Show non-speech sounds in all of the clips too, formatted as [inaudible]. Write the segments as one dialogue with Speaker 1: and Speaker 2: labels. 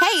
Speaker 1: Hey,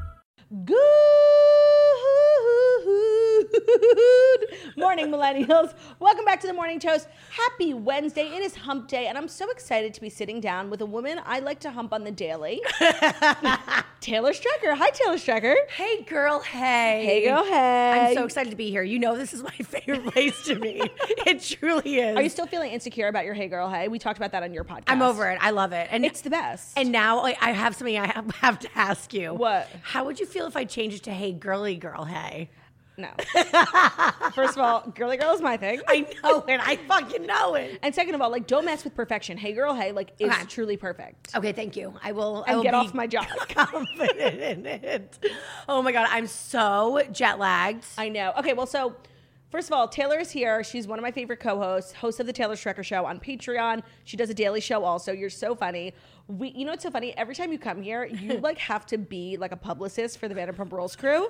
Speaker 2: Good morning, millennials. Welcome back to the Morning Toast. Happy Wednesday. It is hump day, and I'm so excited to be sitting down with a woman I like to hump on the
Speaker 3: [laughs]
Speaker 2: daily, Taylor Strecker. Hi, Taylor Strecker.
Speaker 3: Hey, girl. Hey.
Speaker 2: Hey, girl, hey.
Speaker 3: I'm so excited to be here. You know, this is my favorite place to be. it truly is.
Speaker 2: Are you still feeling insecure about your Hey Girl Hey? We talked about that on your podcast.
Speaker 3: I'm over it. I love it. And
Speaker 2: It's the best.
Speaker 3: And now like, I have something I [laughs] have, have to ask you.
Speaker 2: What?
Speaker 3: How would you feel if I changed it to Hey, girly girl? Hey. [laughs]
Speaker 2: No. First of all, girly girl is my thing.
Speaker 3: I know it. I fucking know it.
Speaker 2: And second of all, like, don't mess with perfection. Hey Girl Hey, like, it's
Speaker 3: Okay.
Speaker 2: truly perfect.
Speaker 3: Okay, thank you. I will. I
Speaker 2: And
Speaker 3: will
Speaker 2: get
Speaker 3: be
Speaker 2: off my job.
Speaker 3: [laughs] Confident in it. Oh my god, I'm so jet lagged.
Speaker 2: [laughs] I know. Okay, well, so first of all, Taylor is here. She's one of my favorite co-hosts, host of the Taylor Strecker Show on Patreon. She does a daily show also. You're so funny. We, you know, it's so funny. Every time you come here, [laughs] you like have to be like a publicist for the Vanderpump Rules crew.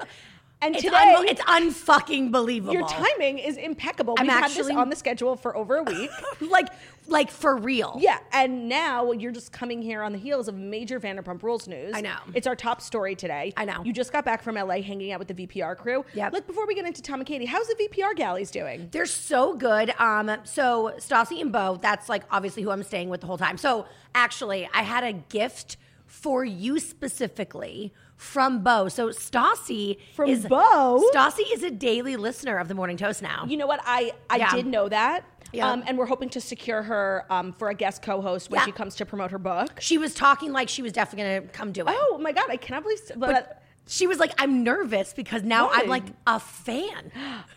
Speaker 2: And
Speaker 3: It's,
Speaker 2: today,
Speaker 3: unbe- it's unfucking believable.
Speaker 2: your timing is impeccable.
Speaker 3: I'm
Speaker 2: We've had
Speaker 3: actually-
Speaker 2: this on the schedule for over a [laughs] week.
Speaker 3: like, like for real.
Speaker 2: Yeah, and now you're just coming here on the heels of major Vanderpump Rules news.
Speaker 3: I know.
Speaker 2: It's our top story today.
Speaker 3: I know.
Speaker 2: You just got back from LA hanging out with the VPR crew.
Speaker 3: Yep.
Speaker 2: Look, before we get into Tom and Katie, how's the VPR galleys doing?
Speaker 3: They're so good. Um, so Stassi and Bo, that's like obviously who I'm staying with the whole time. So actually, I had a gift for you specifically from Bo. So Stassi
Speaker 2: From
Speaker 3: is
Speaker 2: Bo?
Speaker 3: Stassi is a daily listener of the Morning Toast now.
Speaker 2: You know what? I I
Speaker 3: Yeah.
Speaker 2: did know that.
Speaker 3: Yeah.
Speaker 2: Um, and we're hoping to secure her um, for a guest co-host when
Speaker 3: Yeah.
Speaker 2: she comes to promote her book.
Speaker 3: she was talking like she was definitely gonna come do it.
Speaker 2: Oh my god! I cannot believe. But,
Speaker 3: She was like, I'm nervous because now
Speaker 2: Why?
Speaker 3: I'm like a fan.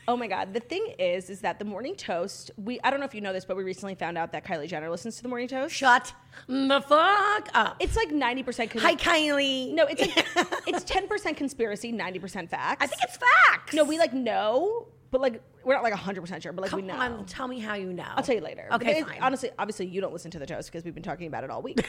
Speaker 2: oh my god! The thing is, is that the morning toast. We I don't know if you know this, but we recently found out that Kylie Jenner listens to the morning toast.
Speaker 3: Shut the fuck up.
Speaker 2: It's like ninety percent. Cons-
Speaker 3: Hi, Kylie.
Speaker 2: No, it's
Speaker 3: [laughs]
Speaker 2: like, it's ten percent conspiracy, ninety percent facts.
Speaker 3: I think it's facts.
Speaker 2: no. We like know, but like we're not like hundred percent sure. But like
Speaker 3: Come
Speaker 2: we know.
Speaker 3: on, tell me how you know.
Speaker 2: I'll tell you later. But
Speaker 3: Okay,
Speaker 2: it-
Speaker 3: fine.
Speaker 2: Honestly, obviously, you don't listen to the toast because we've been talking about it all
Speaker 3: [laughs]
Speaker 2: week.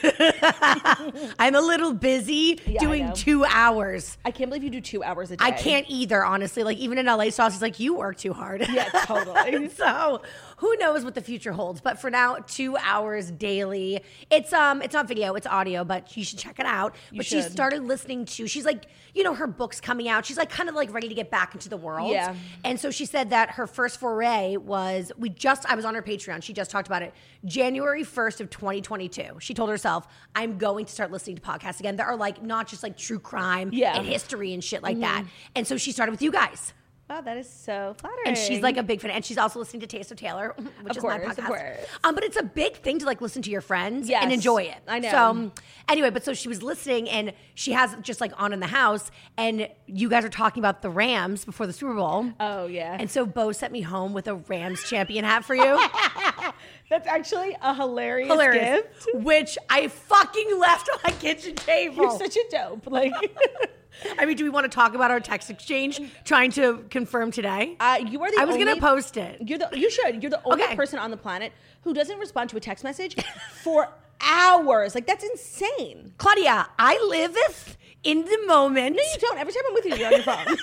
Speaker 3: I'm a little busy
Speaker 2: I know.
Speaker 3: doing two hours.
Speaker 2: I can't believe you do two hours a day.
Speaker 3: I can't either, honestly. Like even in LA, Sauce is like, you work too hard. [laughs]
Speaker 2: Yeah, [laughs] totally.
Speaker 3: so who knows what the future holds? But for now, two hours daily. It's um, it's not video, it's audio, but you should check it out. but she
Speaker 2: should.
Speaker 3: started listening to. She's like, you know, her book's coming out. She's like, kind of like ready to get back into the world.
Speaker 2: Yeah.
Speaker 3: And so she said that her first foray was we just I was on her Patreon. She just talked about it. January 1st of 2022. She told herself, I'm going to start listening to podcasts again that are like not just like true crime
Speaker 2: Yeah. Mm-hmm.
Speaker 3: and history and shit like that. And so she started with you guys.
Speaker 2: Wow, that is so flattering.
Speaker 3: And she's like a big fan. And she's also listening to Taste of Taylor, [laughs] which
Speaker 2: Of
Speaker 3: is my
Speaker 2: course, of
Speaker 3: podcast.
Speaker 2: course.
Speaker 3: Um, but it's a big thing to like listen to your friends
Speaker 2: Yes,
Speaker 3: and enjoy it.
Speaker 2: I know.
Speaker 3: So um, anyway, but so she was listening and she has just like on in the house and you guys are talking about the Rams before the Super Bowl.
Speaker 2: Oh yeah,
Speaker 3: And so Bo sent me home with a Rams champion
Speaker 2: [laughs]
Speaker 3: hat for you.
Speaker 2: that's actually a hilarious,
Speaker 3: Hilarious.
Speaker 2: gift. [laughs]
Speaker 3: Which I fucking left on my kitchen table.
Speaker 2: You're such a dope. Like, [laughs]
Speaker 3: [laughs]
Speaker 2: uh,
Speaker 3: I mean, do we want to talk about our text exchange trying to confirm today?
Speaker 2: uh, you are the.
Speaker 3: I was gonna
Speaker 2: only-
Speaker 3: post it.
Speaker 2: You're the. You should. You're the only
Speaker 3: Okay.
Speaker 2: person on the planet who doesn't respond to a text message for [laughs] hours. Like that's insane.
Speaker 3: Claudia, I liveth in the moment.
Speaker 2: You don't. Every time I'm with you, you're on your
Speaker 3: [laughs]
Speaker 2: phone.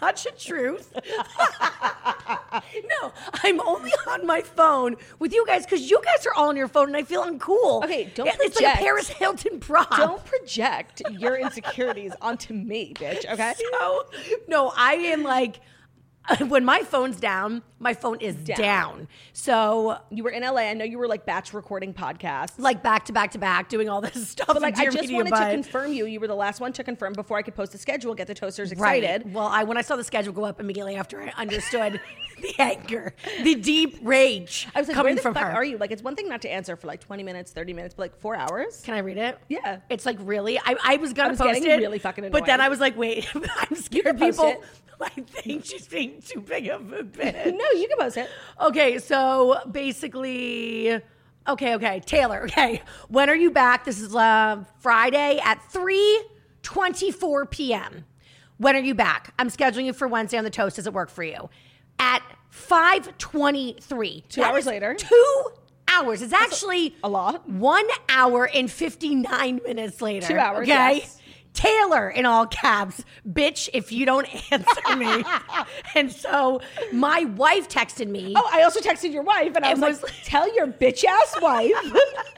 Speaker 3: Such a truth. [laughs] no, I'm only on my phone with you guys because you guys are all on your phone and I feel uncool.
Speaker 2: Okay, don't
Speaker 3: It- It's like
Speaker 2: project.
Speaker 3: a Paris Hilton prop.
Speaker 2: don't project
Speaker 3: [laughs]
Speaker 2: your insecurities onto me, bitch. Okay.
Speaker 3: So, no, I am like, [laughs] when my phone's down, my phone is down. So
Speaker 2: You were in LA. I know you were like batch recording podcasts.
Speaker 3: like back to back to back, doing all this [laughs] stuff.
Speaker 2: but like, I
Speaker 3: Dear
Speaker 2: just
Speaker 3: Media
Speaker 2: wanted
Speaker 3: Bite.
Speaker 2: to confirm you. You were the last one to confirm before I could post the schedule, get the toasters
Speaker 3: Right.
Speaker 2: excited.
Speaker 3: Well, I when I saw the schedule go up immediately after, I [laughs] understood the anger, the deep rage
Speaker 2: I was like,
Speaker 3: coming
Speaker 2: where the
Speaker 3: from
Speaker 2: fuck
Speaker 3: her.
Speaker 2: are you? Like, it's one thing not to answer for like 20 minutes, 30 minutes, but like four hours?
Speaker 3: Can I read it?
Speaker 2: Yeah.
Speaker 3: It's like really. I, I was gonna
Speaker 2: was
Speaker 3: post
Speaker 2: getting
Speaker 3: it,
Speaker 2: really fucking
Speaker 3: But then
Speaker 2: annoyed.
Speaker 3: I was like, wait, [laughs] I'm
Speaker 2: can
Speaker 3: scared
Speaker 2: post
Speaker 3: people.
Speaker 2: it.
Speaker 3: [laughs] I think she's being too big of
Speaker 2: [laughs]
Speaker 3: a bitch.
Speaker 2: No, you can post it.
Speaker 3: Okay, so basically, okay, okay, Taylor. Okay, when are you back? This is uh, Friday at three twenty-four p.m. When are you back? I'm scheduling you for Wednesday on the toast. Does it work for you? At five twenty-three.
Speaker 2: Two hours later.
Speaker 3: Two hours. It's actually
Speaker 2: a lot.
Speaker 3: One hour and fifty-nine minutes later.
Speaker 2: Two hours,
Speaker 3: Okay.
Speaker 2: yes.
Speaker 3: Taylor in all caps, bitch, if you don't [laughs]
Speaker 2: [laughs]
Speaker 3: answer me. and so my wife texted me.
Speaker 2: Oh, I also texted your wife and I
Speaker 3: It
Speaker 2: was,
Speaker 3: was-
Speaker 2: like, tell your bitch ass wife
Speaker 3: [laughs]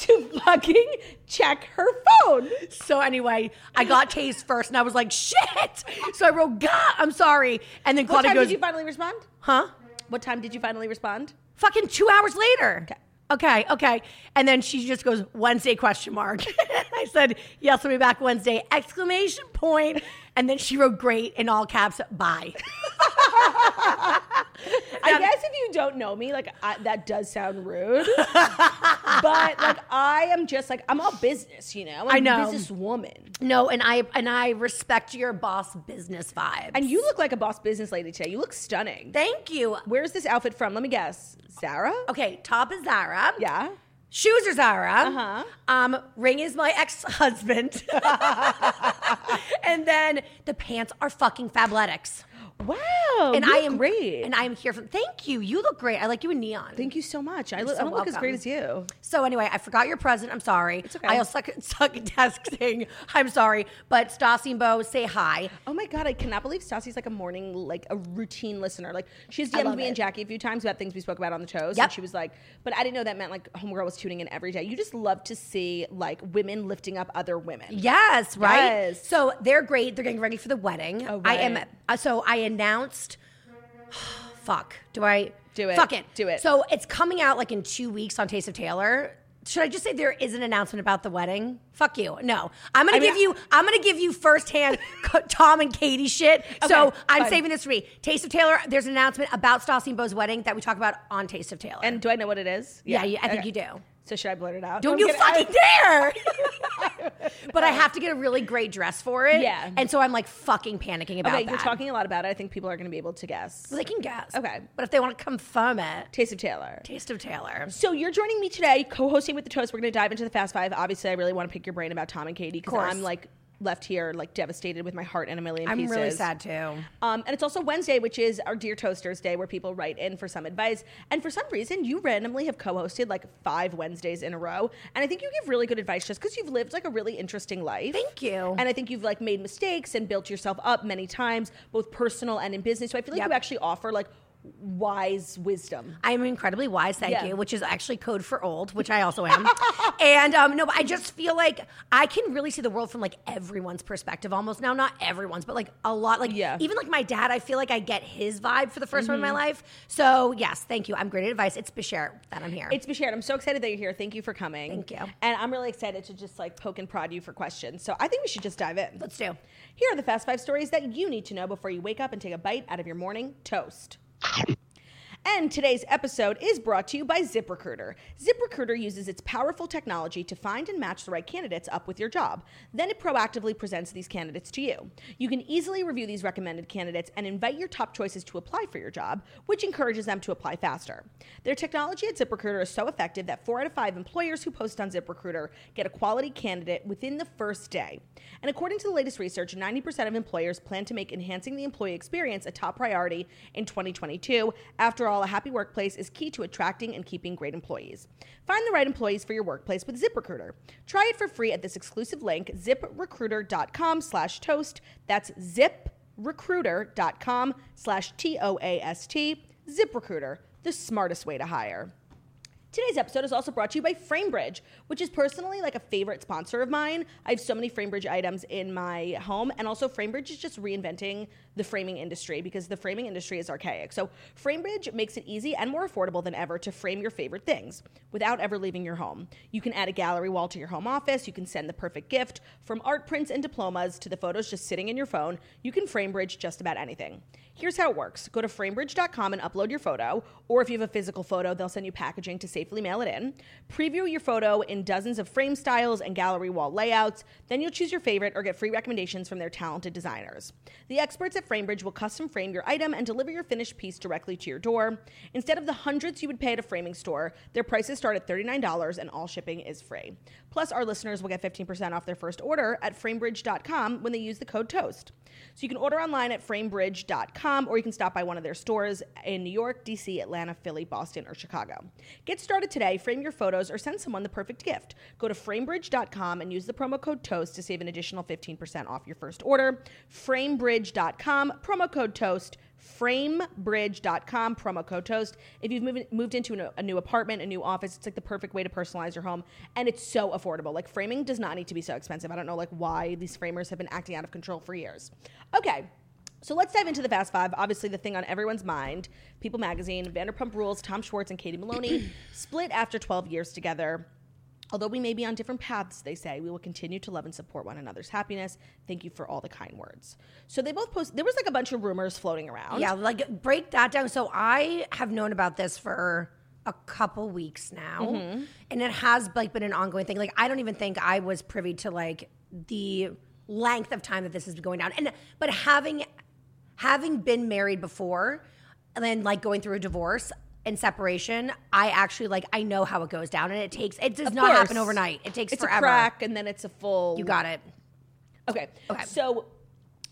Speaker 2: to fucking check her phone.
Speaker 3: So anyway, I got tased first and I was like, shit. So I wrote, God, I'm sorry. And then
Speaker 2: What
Speaker 3: Claudia
Speaker 2: time
Speaker 3: goes,
Speaker 2: did you finally respond?
Speaker 3: huh?
Speaker 2: What time did you finally respond?
Speaker 3: Fucking two hours later. Okay, okay. And then she just goes, Wednesday question mark. [laughs] I said, yes, I'll be back Wednesday, exclamation point. And then she wrote great in all caps, bye.
Speaker 2: I guess if you don't know me, like I, that does sound rude, but [laughs] like I am just like I'm all business, you know. I'm
Speaker 3: I know.
Speaker 2: a businesswoman,
Speaker 3: No, and I and I respect your boss business vibes.
Speaker 2: and you look like a boss business lady today. You Oh. look stunning.
Speaker 3: thank you.
Speaker 2: Where's this outfit from? Let me guess, Zara.
Speaker 3: Okay, top is Zara.
Speaker 2: Yeah.
Speaker 3: Shoes are Zara.
Speaker 2: Uh-huh.
Speaker 3: Um, ring is my
Speaker 2: [laughs]
Speaker 3: ex-husband. and then the pants are fucking Fabletics.
Speaker 2: Wow.
Speaker 3: And
Speaker 2: Oh, you
Speaker 3: I
Speaker 2: look
Speaker 3: am
Speaker 2: great.
Speaker 3: And I am here from thank you. You look great. I like you in neon.
Speaker 2: Thank you so much. I, look, I
Speaker 3: so
Speaker 2: don't look as great
Speaker 3: welcome.
Speaker 2: as you.
Speaker 3: So anyway, I forgot your present. I'm sorry. It's
Speaker 2: okay.
Speaker 3: I also suck, suck at [laughs] desk thing. I'm sorry. But Stassi and Bo say hi.
Speaker 2: Oh my god, I cannot believe Stassi's like a morning, like a routine listener. Like she's
Speaker 3: I love
Speaker 2: DM'd me
Speaker 3: it.
Speaker 2: and Jackie a few times about things we spoke about on the toast.
Speaker 3: Yep.
Speaker 2: And she was like, but I didn't know that meant like homegirl was tuning in every day. You just love to see like women lifting up other women.
Speaker 3: Yes, right.
Speaker 2: Yes.
Speaker 3: So they're great. They're getting ready for the wedding.
Speaker 2: Oh,
Speaker 3: I am.
Speaker 2: right.
Speaker 3: uh, So I announced. [sighs] Fuck. Do I
Speaker 2: Do it.
Speaker 3: Fuck it.
Speaker 2: Do it.
Speaker 3: So it's coming out like in two weeks on Taste of Taylor. Should I just say there is an announcement about the wedding? Fuck you. No, I'm gonna
Speaker 2: I mean,
Speaker 3: give you. I'm gonna give
Speaker 2: [laughs]
Speaker 3: you firsthand co- Tom and Katie shit. so
Speaker 2: Okay,
Speaker 3: I'm
Speaker 2: fine.
Speaker 3: saving this for me. Taste of Taylor. There's an announcement about Stassi and Bo's wedding that we talk about on Taste of Taylor.
Speaker 2: And do I know what it is?
Speaker 3: yeah, you I think
Speaker 2: Okay.
Speaker 3: you do.
Speaker 2: So should I blurt it out?
Speaker 3: Don't
Speaker 2: I'm
Speaker 3: you
Speaker 2: kidding.
Speaker 3: fucking
Speaker 2: I-
Speaker 3: dare! [laughs] but I have to get a really great dress for it.
Speaker 2: Yeah.
Speaker 3: And so I'm like fucking panicking about
Speaker 2: Okay,
Speaker 3: that.
Speaker 2: you're talking a lot about it. I think people are going to be able to guess.
Speaker 3: Well, they can guess.
Speaker 2: Okay.
Speaker 3: But if they want to confirm it,
Speaker 2: Taste of Taylor.
Speaker 3: taste of Taylor.
Speaker 2: So you're joining me today, co-hosting with the toast. We're going to dive into the Fast Five. Obviously, I really want to pick your brain about Tom and Katie because
Speaker 3: Course.
Speaker 2: I'm like left here, like devastated with my heart in a 1000000
Speaker 3: I'm
Speaker 2: pieces.
Speaker 3: really sad too.
Speaker 2: Um, and it's also Wednesday, which is our Dear Toasters Day, where people write in for some advice. And for some reason, you randomly have co-hosted like five Wednesdays in a row, and I think you give really good advice just because you've lived like a really interesting life.
Speaker 3: Thank you.
Speaker 2: And I think you've like made mistakes and built yourself up many times, both personal and in business. So I feel like
Speaker 3: Yep.
Speaker 2: you actually offer like wise wisdom.
Speaker 3: I'm incredibly wise, thank
Speaker 2: Yeah.
Speaker 3: you, which is actually code for old, which I also
Speaker 2: [laughs]
Speaker 3: am. and um, no, but I just feel like I can really see the world from like everyone's perspective almost now. Not everyone's, but like a lot. Like
Speaker 2: Yeah. Mm-hmm.
Speaker 3: even like my dad, I feel like I get his vibe for the 1st one in my life. So yes, thank you. I'm great at advice. It's Bashir that I'm here.
Speaker 2: It's Bashir. I'm so excited that you're here. Thank you for coming.
Speaker 3: Thank you.
Speaker 2: And I'm really excited to just like poke and prod you for questions. So I think we should just dive in.
Speaker 3: Let's do.
Speaker 2: Here are the fast five stories that you need to know before you wake up and take a bite out of your morning toast. And today's episode is brought to you by ZipRecruiter. ZipRecruiter uses its powerful technology to find and match the right candidates up with your job. Then it proactively presents these candidates to you. You can easily review these recommended candidates and invite your top choices to apply for your job, which encourages them to apply faster. Their technology at ZipRecruiter is so effective that four out of five employers who post on ZipRecruiter get a quality candidate within the first day. And according to the latest research, 90% of employers plan to make enhancing the employee experience a top priority in 2022. After all, a happy workplace is key to attracting and keeping great employees. Find the right employees for your workplace with ZipRecruiter. Try it for free at this exclusive link, ziprecruiter.com slash toast. That's ziprecruiter.com slash T-O-A-S-T. ZipRecruiter, the smartest way to hire. Today's episode is also brought to you by Framebridge, which is personally like a favorite sponsor of mine. I have so many Framebridge items in my home, and also Framebridge is just reinventing the framing industry because the framing industry is archaic. So Framebridge makes it easy and more affordable than ever to frame your favorite things without ever leaving your home. You can add a gallery wall to your home office, you can send the perfect gift from art prints and diplomas to the photos just sitting in your phone. You can Framebridge just about anything. Here's how it works go to framebridge.com and upload your photo, or if you have a physical photo, they'll send you packaging to safely mail it in. Preview your photo in dozens of frame styles and gallery wall layouts, then you'll choose your favorite or get free recommendations from their talented designers. The experts at Framebridge will custom frame your item and deliver your finished piece directly to your door. Instead of the hundreds you would pay at a framing store, their prices start at $39 and all shipping is free. Plus, our listeners will get 15% off their first order at framebridge.com when they use the code TOAST. So you can order online at framebridge.com or you can stop by one of their stores in New York, DC, Atlanta, Philly, Boston, or Chicago. Get started today, frame your photos, or send someone the perfect gift. Go to framebridge.com and use the promo code TOAST to save an additional 15% off your first order. Framebridge.com, promo code TOAST framebridge.com promo code toast if you've moved, moved into an- a new apartment a new office it's like the perfect way to personalize your home and it's so affordable like framing does not need to be so expensive i don't know like why these framers have been acting out of control for years okay so let's dive into the Fast Five. Obviously, the thing on everyone's mind People Magazine, Vanderpump Rules, Tom Schwartz, and Katie Maloney [clears throat] split after 12 years together. Although we may be on different paths, they say, we will continue to love and support one another's happiness. Thank you for all the kind words. So they both post. there was like a bunch of rumors floating around.
Speaker 3: Yeah, like break that down. So I have known about this for a couple weeks now,
Speaker 2: Mm-hmm.
Speaker 3: and it has like been an ongoing thing. Like I don't even think I was privy to like the length of time that this has been going down. And but having having been married before, and then like going through a divorce and separation, I actually like I know how it goes down, and it takes it does
Speaker 2: Of
Speaker 3: not happen
Speaker 2: course.
Speaker 3: overnight. It takes
Speaker 2: it's
Speaker 3: forever.
Speaker 2: a crack and then it's a full.
Speaker 3: You got it.
Speaker 2: Okay.
Speaker 3: Okay.
Speaker 2: So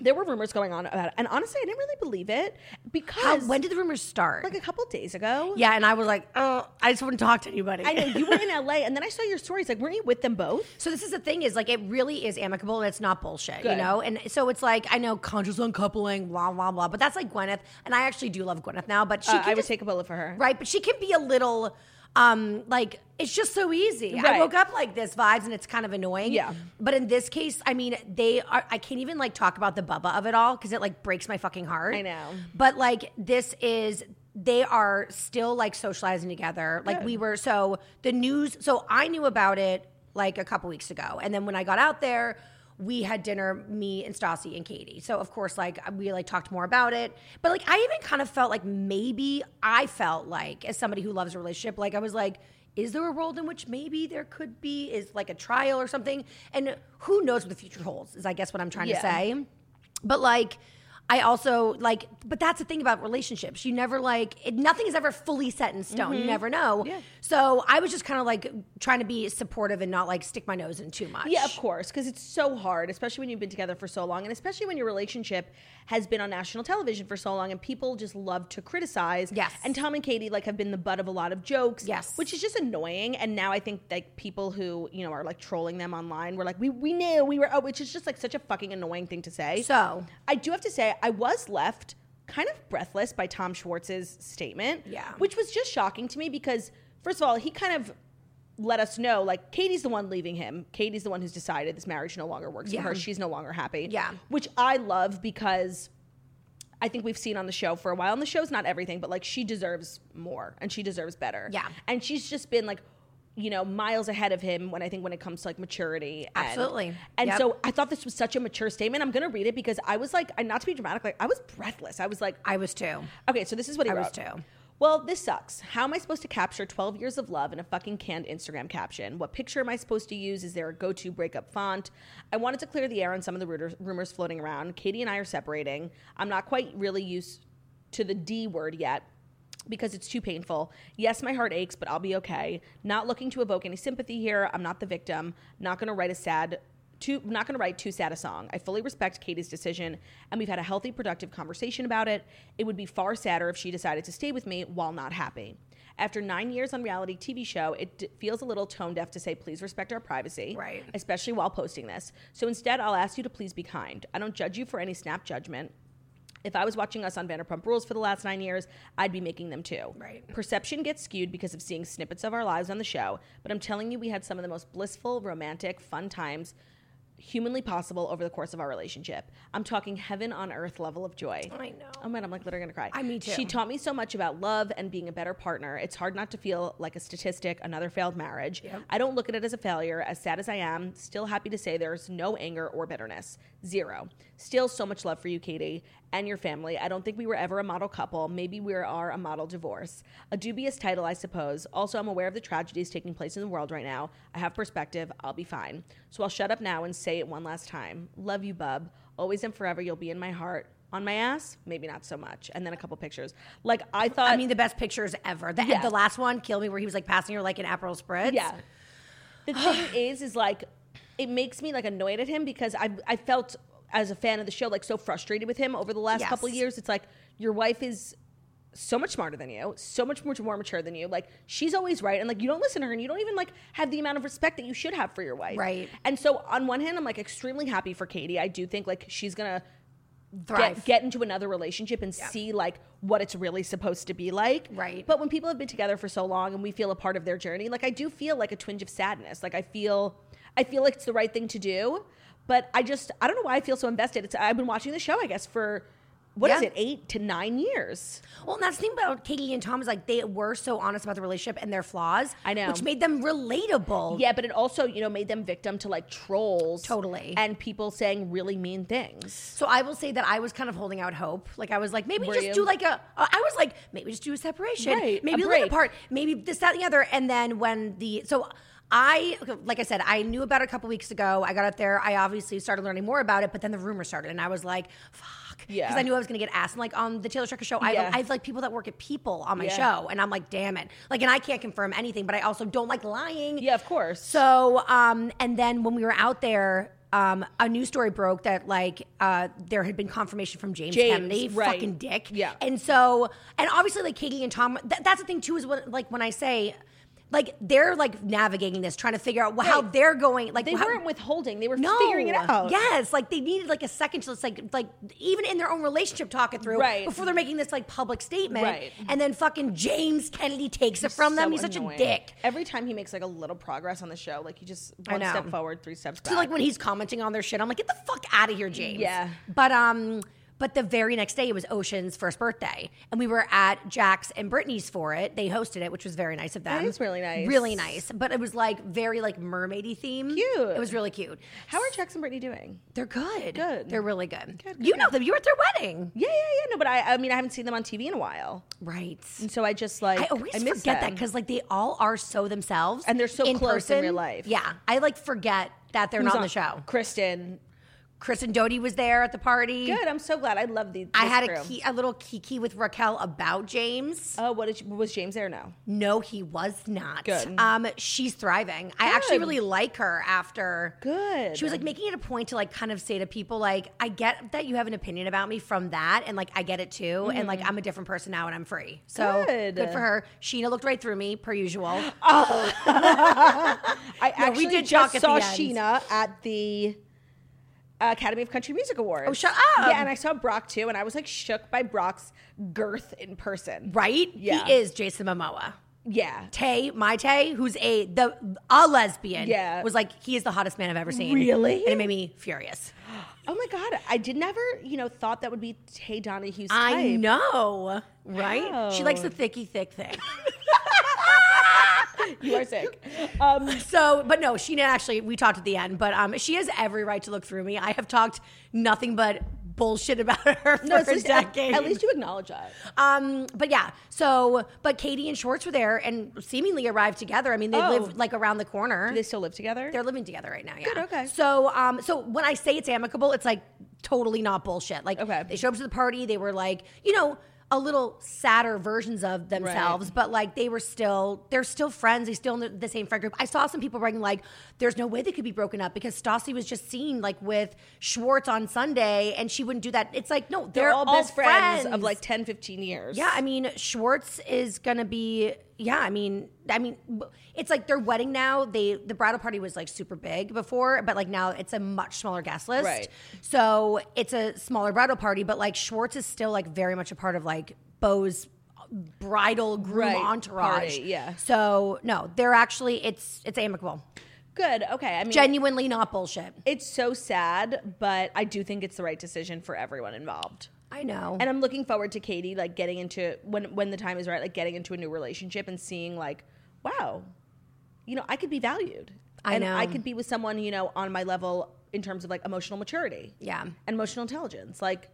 Speaker 2: there were rumors going on about it. And honestly, I didn't really believe it
Speaker 3: How,
Speaker 2: because
Speaker 3: when did the rumors start?
Speaker 2: like a couple days ago.
Speaker 3: yeah, and I was like, oh, I just wouldn't talk to anybody.
Speaker 2: I know you were in LA and then I saw your stories. Like, weren't you with them both?
Speaker 3: So this is the thing is like it really is amicable and it's not bullshit, you
Speaker 2: Good.
Speaker 3: know? And so it's like I know conscious uncoupling, blah blah blah, but that's like Gwyneth, and I actually do love Gwyneth now, but she
Speaker 2: Uh,
Speaker 3: can
Speaker 2: I would
Speaker 3: just,
Speaker 2: take a bullet for her.
Speaker 3: right, but she can be a little um like it's just so easy. I
Speaker 2: Right.
Speaker 3: woke up like this vibes and it's kind of annoying.
Speaker 2: Yeah.
Speaker 3: But in this case, I mean, they are I can't even like talk about the bubba of it all cuz it like breaks my fucking heart.
Speaker 2: I know.
Speaker 3: But like this is they are still like socializing together. Like we were so the news so I knew about it like a couple weeks ago. And then when I got out there, we had dinner, me and Stassi and Katie. So of course, like we like talked more about it. But like I even kind of felt like maybe I felt like as somebody who loves a relationship, like I was like, is there a world in which maybe there could be is like a trial or something? And who knows what the future holds is I guess what I'm trying to
Speaker 2: Yeah.
Speaker 3: say. But like, I also like, but that's the thing about relationships. You never like, it, nothing is ever fully set in stone.
Speaker 2: Mm-hmm.
Speaker 3: You never know. So I was just kind of like trying to be supportive and not like stick my nose in too much.
Speaker 2: Yeah, of course, because it's so hard, especially when you've been together for so long, and especially when your relationship has been on national television for so long, and people just love to criticize.
Speaker 3: Yes.
Speaker 2: and Tom and Katie like have been the butt of a lot of jokes.
Speaker 3: Yes.
Speaker 2: which is just annoying. And now I think like people who you know are like trolling them online were like, we we knew we were oh, which is just like such a fucking annoying thing to say.
Speaker 3: So-
Speaker 2: I do have to say I was left kind of breathless by Tom Schwartz's statement.
Speaker 3: Yeah.
Speaker 2: which was just shocking to me because first of all, he kind of let us know like Katie's the one leaving him. Katie's the one who's decided this marriage no longer works
Speaker 3: Yeah.
Speaker 2: for her. She's no longer happy.
Speaker 3: Yeah.
Speaker 2: Which I love because I think we've seen on the show for a while and the show's not everything, but like she deserves more and she deserves better.
Speaker 3: Yeah.
Speaker 2: And she's just been like you know, miles ahead of him when I think when it comes to like maturity. and-
Speaker 3: Absolutely.
Speaker 2: And
Speaker 3: Yep.
Speaker 2: so I thought this was such a mature statement. I'm gonna read it because I was like, and not to be dramatic, like I was breathless. I was like,
Speaker 3: I was too.
Speaker 2: Okay, so this is what he
Speaker 3: I
Speaker 2: wrote.
Speaker 3: was too.
Speaker 2: Well, this sucks. How am I supposed to capture 12 years of love in a fucking canned Instagram caption? What picture am I supposed to use? Is there a go to breakup font? I wanted to clear the air on some of the ruder- rumors floating around. Katie and I are separating. I'm not quite really used to the D word yet because it's too painful. Yes, my heart aches, but I'll be okay. Not looking to evoke any sympathy here. I'm not the victim. Not going to write a sad too not going to write too sad a song. I fully respect Katie's decision and we've had a healthy productive conversation about it. It would be far sadder if she decided to stay with me while not happy. After 9 years on reality TV show, it d- feels a little tone deaf to say please respect our privacy,
Speaker 3: Right.
Speaker 2: especially while posting this. So instead, I'll ask you to please be kind. I don't judge you for any snap judgment. if I was watching us on Vanderpump Rules for the last nine years, I'd be making them too.
Speaker 3: Right.
Speaker 2: Perception gets skewed because of seeing snippets of our lives on the show, but I'm telling you, we had some of the most blissful, romantic, fun times humanly possible over the course of our relationship. I'm talking heaven on earth level of joy.
Speaker 3: I know.
Speaker 2: Oh man, I'm like literally gonna cry.
Speaker 3: I- me too.
Speaker 2: She taught me so much about love and being a better partner. It's hard not to feel like a statistic, another failed marriage. I don't look at it as a failure. As sad as I am, still happy to say there's no anger or bitterness. Zero. Still so much love for you, Katie, and your family. I don't think we were ever a model couple. Maybe we are a model divorce. A dubious title, I suppose. Also, I'm aware of the tragedies taking place in the world right now. I have perspective. I'll be fine. So I'll shut up now and say it one last time. Love you, bub. Always and forever, you'll be in my heart. On my ass, maybe not so much. And then a couple pictures. Like I thought.
Speaker 3: I mean, the best pictures ever. The, the last one, Kill Me, where he was like passing her like an Aperol Spritz.
Speaker 2: yeah. The thing
Speaker 3: [sighs]
Speaker 2: is, is like it makes me like annoyed at him because I I felt as a fan of the show like so frustrated with him over the last
Speaker 3: Yes.
Speaker 2: couple of years. It's like your wife is so much smarter than you, so much more, more mature than you. Like she's always right, and like you don't listen to her, and you don't even like have the amount of respect that you should have for your wife.
Speaker 3: Right.
Speaker 2: And so on one hand, I'm like extremely happy for Katie. I do think like she's gonna
Speaker 3: Thrive.
Speaker 2: get, get into another relationship and see like what it's really supposed to be like.
Speaker 3: Right.
Speaker 2: But when people have been together for so long and we feel a part of their journey, like I do feel like a twinge of sadness. Like I feel, I feel like it's the right thing to do, but I just I don't know why I feel so invested. It's I've been watching the show I guess for what is
Speaker 3: Yeah.
Speaker 2: it eight to nine years.
Speaker 3: Well, and that's the thing about Katie and Tom is like they were so honest about the relationship and their flaws.
Speaker 2: I know.
Speaker 3: Which made them relatable.
Speaker 2: Yeah, but it also you know made them victim to like trolls
Speaker 3: Totally.
Speaker 2: and people saying really mean things.
Speaker 3: So I will say that I was kind of holding out hope. Like I was like, maybe
Speaker 2: Were
Speaker 3: just
Speaker 2: you?
Speaker 3: do like a. I was like, maybe just do a separation.
Speaker 2: Right,
Speaker 3: Maybe
Speaker 2: a
Speaker 3: live
Speaker 2: break.
Speaker 3: apart. Maybe this, that, and the other. And then when the so. I like I said I knew about it a couple weeks ago. I got up there. I obviously started learning more about it, but then the rumor started, and I was like, "Fuck,"
Speaker 2: Yeah.
Speaker 3: because I knew I was going to get asked. And like on the Taylor Strecker show, I,
Speaker 2: Yeah.
Speaker 3: have, I have like people that work at People on my
Speaker 2: Yeah.
Speaker 3: show, and I'm like, "Damn it!" Like, and I can't confirm anything, but I also don't like lying.
Speaker 2: Yeah, of course.
Speaker 3: So, um, and then when we were out there, um, a news story broke that like uh, there had been confirmation from James,
Speaker 2: James,
Speaker 3: Kennedy,
Speaker 2: right.
Speaker 3: fucking dick.
Speaker 2: Yeah.
Speaker 3: And so, and obviously, like Katie and Tom, th- that's the thing too is what like when I say. Like they're like navigating this, trying to figure out wh- how
Speaker 2: Right.
Speaker 3: they're going. Like
Speaker 2: They
Speaker 3: how-
Speaker 2: weren't withholding; they were
Speaker 3: no.
Speaker 2: figuring it out.
Speaker 3: Yes, like they needed like a second to just like like even in their own relationship talk it through
Speaker 2: Right.
Speaker 3: before they're making this like public statement.
Speaker 2: Right.
Speaker 3: And then fucking James Kennedy takes it from them.
Speaker 2: so
Speaker 3: He's such
Speaker 2: annoying.
Speaker 3: a dick.
Speaker 2: Every time he makes like a little progress on the show, like he just one
Speaker 3: know.
Speaker 2: step forward, three steps back.
Speaker 3: So like when he's commenting on their shit, I'm like, get the fuck out of here, James.
Speaker 2: Yeah.
Speaker 3: But um, but the very next day it was Ocean's first birthday, and we were at Jack's and Brittany's for it. They hosted it, which was very nice of them.
Speaker 2: That is really nice.
Speaker 3: Really nice. But it was like very like mermaidy theme.
Speaker 2: Cute.
Speaker 3: It was really cute.
Speaker 2: how are Jax and Brittany doing?
Speaker 3: They're good.
Speaker 2: Good.
Speaker 3: They're really good.
Speaker 2: Good, good,
Speaker 3: you know
Speaker 2: good.
Speaker 3: them. You were at their wedding,
Speaker 2: Yeah, yeah, yeah. No, but I, I mean, I haven't seen them on TV in a while,
Speaker 3: right?
Speaker 2: and so I just like
Speaker 3: I always
Speaker 2: miss
Speaker 3: forget that
Speaker 2: them.
Speaker 3: because like they all are so themselves,
Speaker 2: And they're so close in real life.
Speaker 3: Yeah, I like forget that they're
Speaker 2: Who's
Speaker 3: not on the show.
Speaker 2: Kristen.
Speaker 3: Chris and Doty was there at the party.
Speaker 2: Good. I'm so glad. I love these.
Speaker 3: I
Speaker 2: this
Speaker 3: had a
Speaker 2: crew.
Speaker 3: key, a little kiki with Raquel about James.
Speaker 2: Oh, what did you, was James there? No.
Speaker 3: No, he was not.
Speaker 2: Good.
Speaker 3: Um, she's thriving. I actually
Speaker 2: Good.
Speaker 3: really like her after.
Speaker 2: Good.
Speaker 3: She was like making it a point to like kind of say to people like, I get that you have an opinion about me from that, and like I get it too, and like I'm a different person now, and I'm free. So
Speaker 2: Mm. Good.
Speaker 3: for her. Sheena looked right through me
Speaker 2: [gasps]
Speaker 3: per usual. Uh,
Speaker 2: I actually
Speaker 3: did talk
Speaker 2: just
Speaker 3: at
Speaker 2: saw
Speaker 3: the end.
Speaker 2: Sheena at the Academy of Country Music Awards.
Speaker 3: Oh, shut up.
Speaker 2: Yeah, and I saw Brock too, and I was like shook by Brock's girth in person.
Speaker 3: right?
Speaker 2: Yeah.
Speaker 3: He is Jason Momoa.
Speaker 2: Yeah.
Speaker 3: Tay, my Tay, who's a the a lesbian,
Speaker 2: Yeah.
Speaker 3: was like he is the hottest man I've ever seen.
Speaker 2: Really?
Speaker 3: and it made me furious.
Speaker 2: Oh my god, I did never, you know, thought that would be Tay Donahue's type.
Speaker 3: I know, right? She likes the thicky, thick thing. [laughs]
Speaker 2: You are sick. Um,
Speaker 3: so, but no, Sheena actually, we talked at the end, but um, she has every right to look through me. I have talked nothing but bullshit about [laughs] her for
Speaker 2: no, it's
Speaker 3: a
Speaker 2: just- at,
Speaker 3: decade.
Speaker 2: at least you acknowledge that.
Speaker 3: Um, but yeah, so but Katie and Schwartz were there and seemingly arrived together. I mean, they
Speaker 2: Oh.
Speaker 3: live like around the corner.
Speaker 2: Do they still live together?
Speaker 3: They're living together right now. Yeah.
Speaker 2: okay.
Speaker 3: So, um, so when I say it's amicable, it's like totally not bullshit. Like,
Speaker 2: Okay.
Speaker 3: they showed up to the party. They were like, you know, a little sadder versions of themselves, but like they were still, they're still friends. They still in the same friend group. I saw some people writing like, "There's no way they could be broken up because Stassi was just seen like with Schwartz on Sunday, and she wouldn't do that." It's like, no, they're,
Speaker 2: They're all best friends.
Speaker 3: friends
Speaker 2: of like 10, 15 years.
Speaker 3: yeah, I mean, Schwartz is going to be yeah, I mean, I mean, b- it's like their wedding now. They the bridal party was like super big before, but like now it's a much smaller guest list.
Speaker 2: Right.
Speaker 3: So it's a smaller bridal party, but like Schwartz is still like very much a part of like Bo's bridal groom
Speaker 2: Right,
Speaker 3: entourage.
Speaker 2: party, yeah.
Speaker 3: So no, they're actually it's it's amicable,
Speaker 2: Good. Okay. I mean,
Speaker 3: genuinely not bullshit.
Speaker 2: it's so sad, but I do think it's the right decision for everyone involved.
Speaker 3: I know.
Speaker 2: And I'm looking forward to Katie like getting into when when the time is right, like getting into a new relationship and seeing like, wow, you know, I could be valued.
Speaker 3: I
Speaker 2: and
Speaker 3: know.
Speaker 2: I could be with someone, you know, on my level in terms of like emotional maturity.
Speaker 3: Yeah.
Speaker 2: And emotional intelligence. Like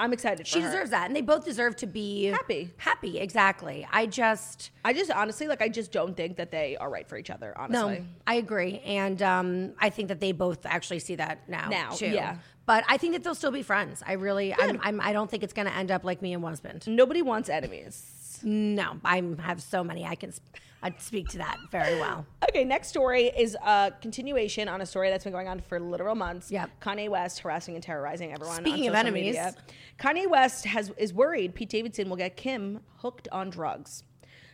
Speaker 2: I'm excited for
Speaker 3: she
Speaker 2: her.
Speaker 3: deserves that, and they both deserve to be
Speaker 2: Happy.
Speaker 3: Happy, exactly. I just.
Speaker 2: I just honestly like I just don't think that they are right for each other, honestly.
Speaker 3: No, I agree, and um, I think that they both actually see that now.
Speaker 2: Now,
Speaker 3: too.
Speaker 2: yeah.
Speaker 3: But I think that they'll still be friends. I really, I'm, I'm, I don't think it's going to end up like me and one husband.
Speaker 2: Nobody wants enemies.
Speaker 3: No, I have so many. I can, sp- I speak to that
Speaker 2: [laughs]
Speaker 3: very well.
Speaker 2: Okay, next story is a continuation on a story that's been going on for literal months.
Speaker 3: Yep.
Speaker 2: Kanye West harassing and terrorizing everyone.
Speaker 3: Speaking
Speaker 2: on
Speaker 3: of
Speaker 2: social
Speaker 3: enemies.
Speaker 2: media. Kanye West has is worried Pete Davidson will get Kim hooked on drugs.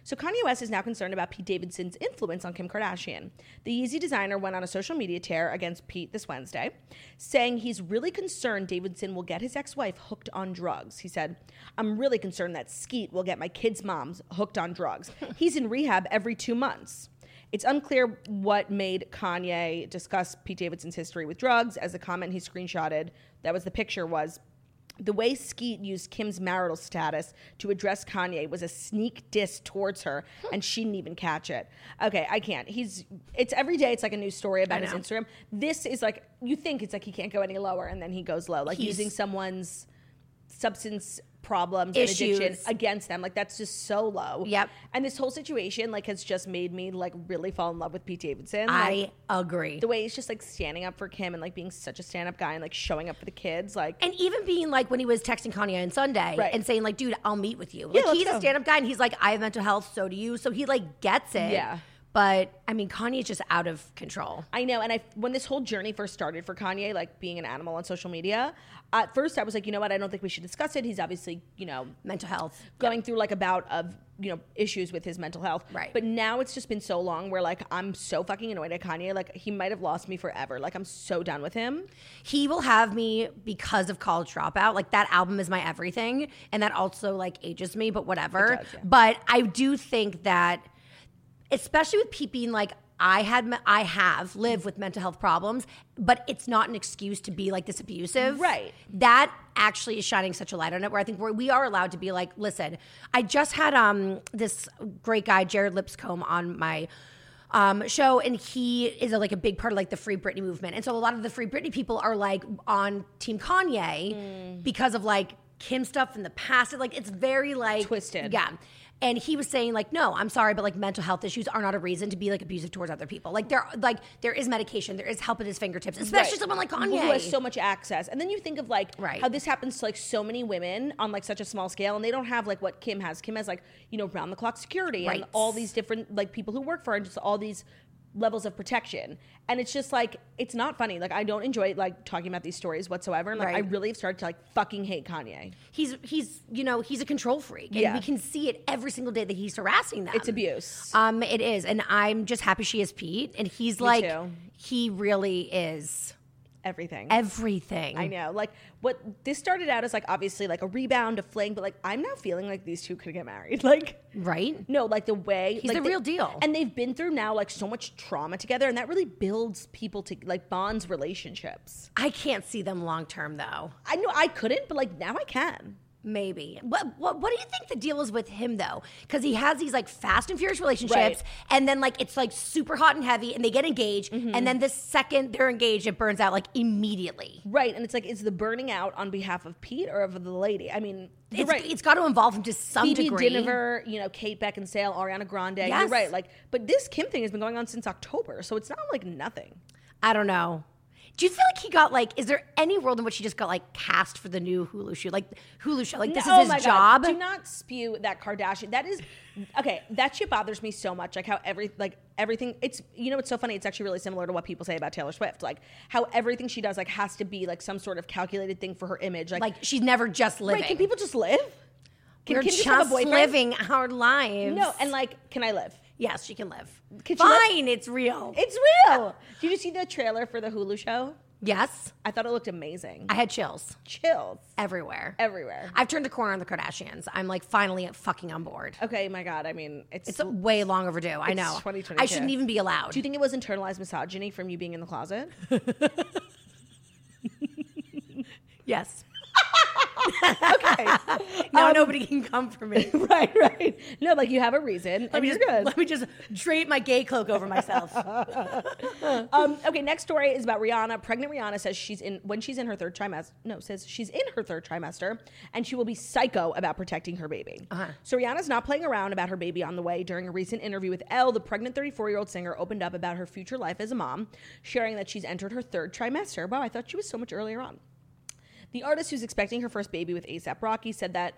Speaker 2: So Kanye West is now concerned about Pete Davidson's influence on Kim Kardashian. The Yeezy designer went on a social media tear against Pete this Wednesday, saying he's really concerned Davidson will get his ex-wife hooked on drugs. He said, "I'm really concerned that Skeet will get my kids' moms hooked on
Speaker 3: [laughs]
Speaker 2: drugs. He's in rehab every 2 months." It's unclear what made Kanye discuss Pete Davidson's history with drugs as the comment he screenshotted that was the picture was the way Skeet used Kim's marital status to address Kanye was a sneak diss towards her, and she didn't even catch it. Okay, I can't. He's it's every day. It's like a new story about his Instagram. This is like you think it's like he can't go any lower, and then he goes low, like
Speaker 3: He's-
Speaker 2: using someone's substance problems and
Speaker 3: Issues.
Speaker 2: addiction against them. Like that's just so low.
Speaker 3: Yep.
Speaker 2: And this whole situation like has just made me like really fall in love with Pete Davidson. Like,
Speaker 3: I agree.
Speaker 2: the way he's just like standing up for Kim and like being such a stand up guy and like showing up for the kids. Like
Speaker 3: And even being like when he was texting Kanye on Sunday
Speaker 2: Right.
Speaker 3: and saying like, "Dude, I'll meet with you."
Speaker 2: Yeah,
Speaker 3: Like
Speaker 2: let's
Speaker 3: he's
Speaker 2: go.
Speaker 3: a stand-up guy, and he's like, "I have mental health, so do you." So he like gets it.
Speaker 2: Yeah.
Speaker 3: But I mean, Kanye's just out of control.
Speaker 2: I know, and I when this whole journey first started for Kanye, like being an animal on social media, at first I was like, you know what, I don't think we should discuss it. He's obviously, you know,
Speaker 3: Mental health.
Speaker 2: going through like a bout of you know issues with his mental health.
Speaker 3: Right.
Speaker 2: But now it's just been so long where like I'm so fucking annoyed at Kanye. Like he might have lost me forever. Like I'm so done with him.
Speaker 3: he will have me because of college dropout like that album is my everything and that also like ages me but whatever
Speaker 2: does, yeah.
Speaker 3: but i do think that especially with Pete being like, I had, me- I have lived with mental health problems, but it's not an excuse to be like this abusive.
Speaker 2: Right.
Speaker 3: That actually is shining such a light on it, where I think we're, we are allowed to be like, listen, I just had um this great guy Jared Lipscomb on my. Um, show and he is a, like a big part of like the Free Britney movement, and so a lot of the Free Britney people are like on Team Kanye because of like Kim stuff in the past. It, like it's very like
Speaker 2: Twisted.
Speaker 3: yeah. And he was saying like, no, I'm sorry, but like mental health issues are not a reason to be like abusive towards other people. Like there, like there is medication, there is help at his fingertips, especially
Speaker 2: Right.
Speaker 3: someone like
Speaker 2: Who
Speaker 3: Kanye.
Speaker 2: has so much access. And then you think of like
Speaker 3: Right.
Speaker 2: how this happens to like so many women on like such a small scale, and they don't have like what Kim has. Kim has like you know round the clock security
Speaker 3: Right.
Speaker 2: and all these different like people who work for her and just all these levels of protection. And it's just like it's not funny. Like I don't enjoy like talking about these stories whatsoever. And like I
Speaker 3: Right.
Speaker 2: really have started to like fucking hate Kanye.
Speaker 3: he's he's you know he's a control freak, and
Speaker 2: Yeah.
Speaker 3: we can see it every single day that he's harassing them.
Speaker 2: It's abuse.
Speaker 3: Um, it is, and I'm just happy she is Pete, and he's like
Speaker 2: too.
Speaker 3: he really is
Speaker 2: Everything.
Speaker 3: everything.
Speaker 2: I know. Like what this started out as like obviously like a rebound, a fling, but like I'm now feeling like these two could get married. [laughs] Like
Speaker 3: right?
Speaker 2: No, like the way
Speaker 3: He's
Speaker 2: like
Speaker 3: the real deal.
Speaker 2: and they've been through now like so much trauma together, and that really builds people to like bonds relationships.
Speaker 3: I can't see them long term though.
Speaker 2: I know I couldn't, but like now I can.
Speaker 3: Maybe. What, what What do you think the deal is with him though? Because he has these like fast and furious relationships,
Speaker 2: Right.
Speaker 3: and then like it's like super hot and heavy, and they get engaged,
Speaker 2: Mm-hmm.
Speaker 3: and then the second they're engaged, it burns out like immediately.
Speaker 2: Right, and it's like is the burning out on behalf of Pete or of the lady? I mean, you're
Speaker 3: It's,
Speaker 2: right.
Speaker 3: it's got to involve him to some
Speaker 2: Phoebe
Speaker 3: degree.
Speaker 2: Denver, you know, Kate Beckinsale, Ariana Grande. You're
Speaker 3: Yes.
Speaker 2: right. Like, but this Kim thing has been going on since October, so it's not like nothing.
Speaker 3: I don't know. Do you feel like he got like? Is there any world in which he just got like cast for the new Hulu show? Like Hulu show, like this
Speaker 2: No- oh
Speaker 3: is
Speaker 2: my
Speaker 3: his
Speaker 2: God.
Speaker 3: job.
Speaker 2: Do not spew that Kardashian. That is okay. That shit bothers me so much. Like how every like everything. It's you know it's so funny. It's actually really similar to what people say about Taylor Swift. Like how everything she does like has to be like some sort of calculated thing for her image. Like,
Speaker 3: Like she's never just living.
Speaker 2: wait, can people just live? Can
Speaker 3: We're
Speaker 2: Kim
Speaker 3: just
Speaker 2: just have a boyfriend?
Speaker 3: living our lives.
Speaker 2: No, and like, can I live?
Speaker 3: yes, she can live.
Speaker 2: Can she live?
Speaker 3: Fine, it's real.
Speaker 2: It's
Speaker 3: [laughs]
Speaker 2: real. Did you see the trailer for the Hulu show?
Speaker 3: yes,
Speaker 2: I thought it looked amazing.
Speaker 3: I had chills
Speaker 2: Chills
Speaker 3: everywhere.
Speaker 2: everywhere.
Speaker 3: I've turned the corner on the Kardashians. I'm like finally fucking on board.
Speaker 2: Okay, my God. I mean, it's.
Speaker 3: It's way long overdue. I
Speaker 2: It's
Speaker 3: know.
Speaker 2: 2022.
Speaker 3: I shouldn't even be allowed.
Speaker 2: do you think it was internalized misogyny from you being in the closet?
Speaker 3: yes.
Speaker 2: [laughs] Okay.
Speaker 3: [laughs]
Speaker 2: Um,
Speaker 3: Now nobody can come
Speaker 2: [laughs]
Speaker 3: for me.
Speaker 2: right, right. No, like you have a reason, and you're
Speaker 3: just,
Speaker 2: good.
Speaker 3: Let me just drape my gay cloak
Speaker 2: [laughs]
Speaker 3: over myself. Oh,
Speaker 2: Um, okay, next story is about Rihanna. Pregnant Rihanna says she's in when she's in her third trimester. No, says she's in her third trimester, and she will be psycho about protecting her baby. So Rihanna's not playing around about her baby on the way. During a recent interview with Elle, the pregnant 34 year old singer opened up about her future life as a mom, sharing that she's entered her third trimester. Wow, I thought she was so much earlier on. The artist who's expecting her first baby with ASAP Rocky said that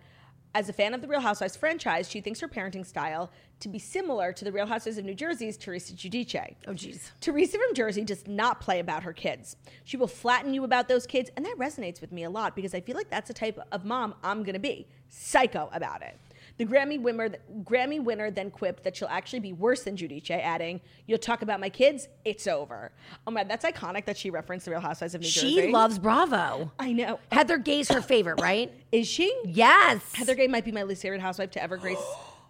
Speaker 2: as a fan of the Real Housewives franchise, she thinks her parenting style to be similar to the Real Housewives of New Jersey's Teresa Giudice.
Speaker 3: oh, jeez.
Speaker 2: Teresa from Jersey does not play about her kids. She will flatten you about those kids, and that resonates with me a lot because I feel like that's the type of mom I'm going to be psycho about it. The Grammy winner, Grammy winner then quipped that she'll actually be worse than Judice, adding, You'll talk about my kids, it's over. Oh my, that's iconic that she referenced the Real Housewives of New Jersey.
Speaker 3: She loves Bravo.
Speaker 2: I know.
Speaker 3: Heather Gay's her
Speaker 2: [coughs]
Speaker 3: favorite, right?
Speaker 2: Is she?
Speaker 3: Yes.
Speaker 2: Heather Gay might be my least favorite housewife to ever
Speaker 3: [gasps]
Speaker 2: grace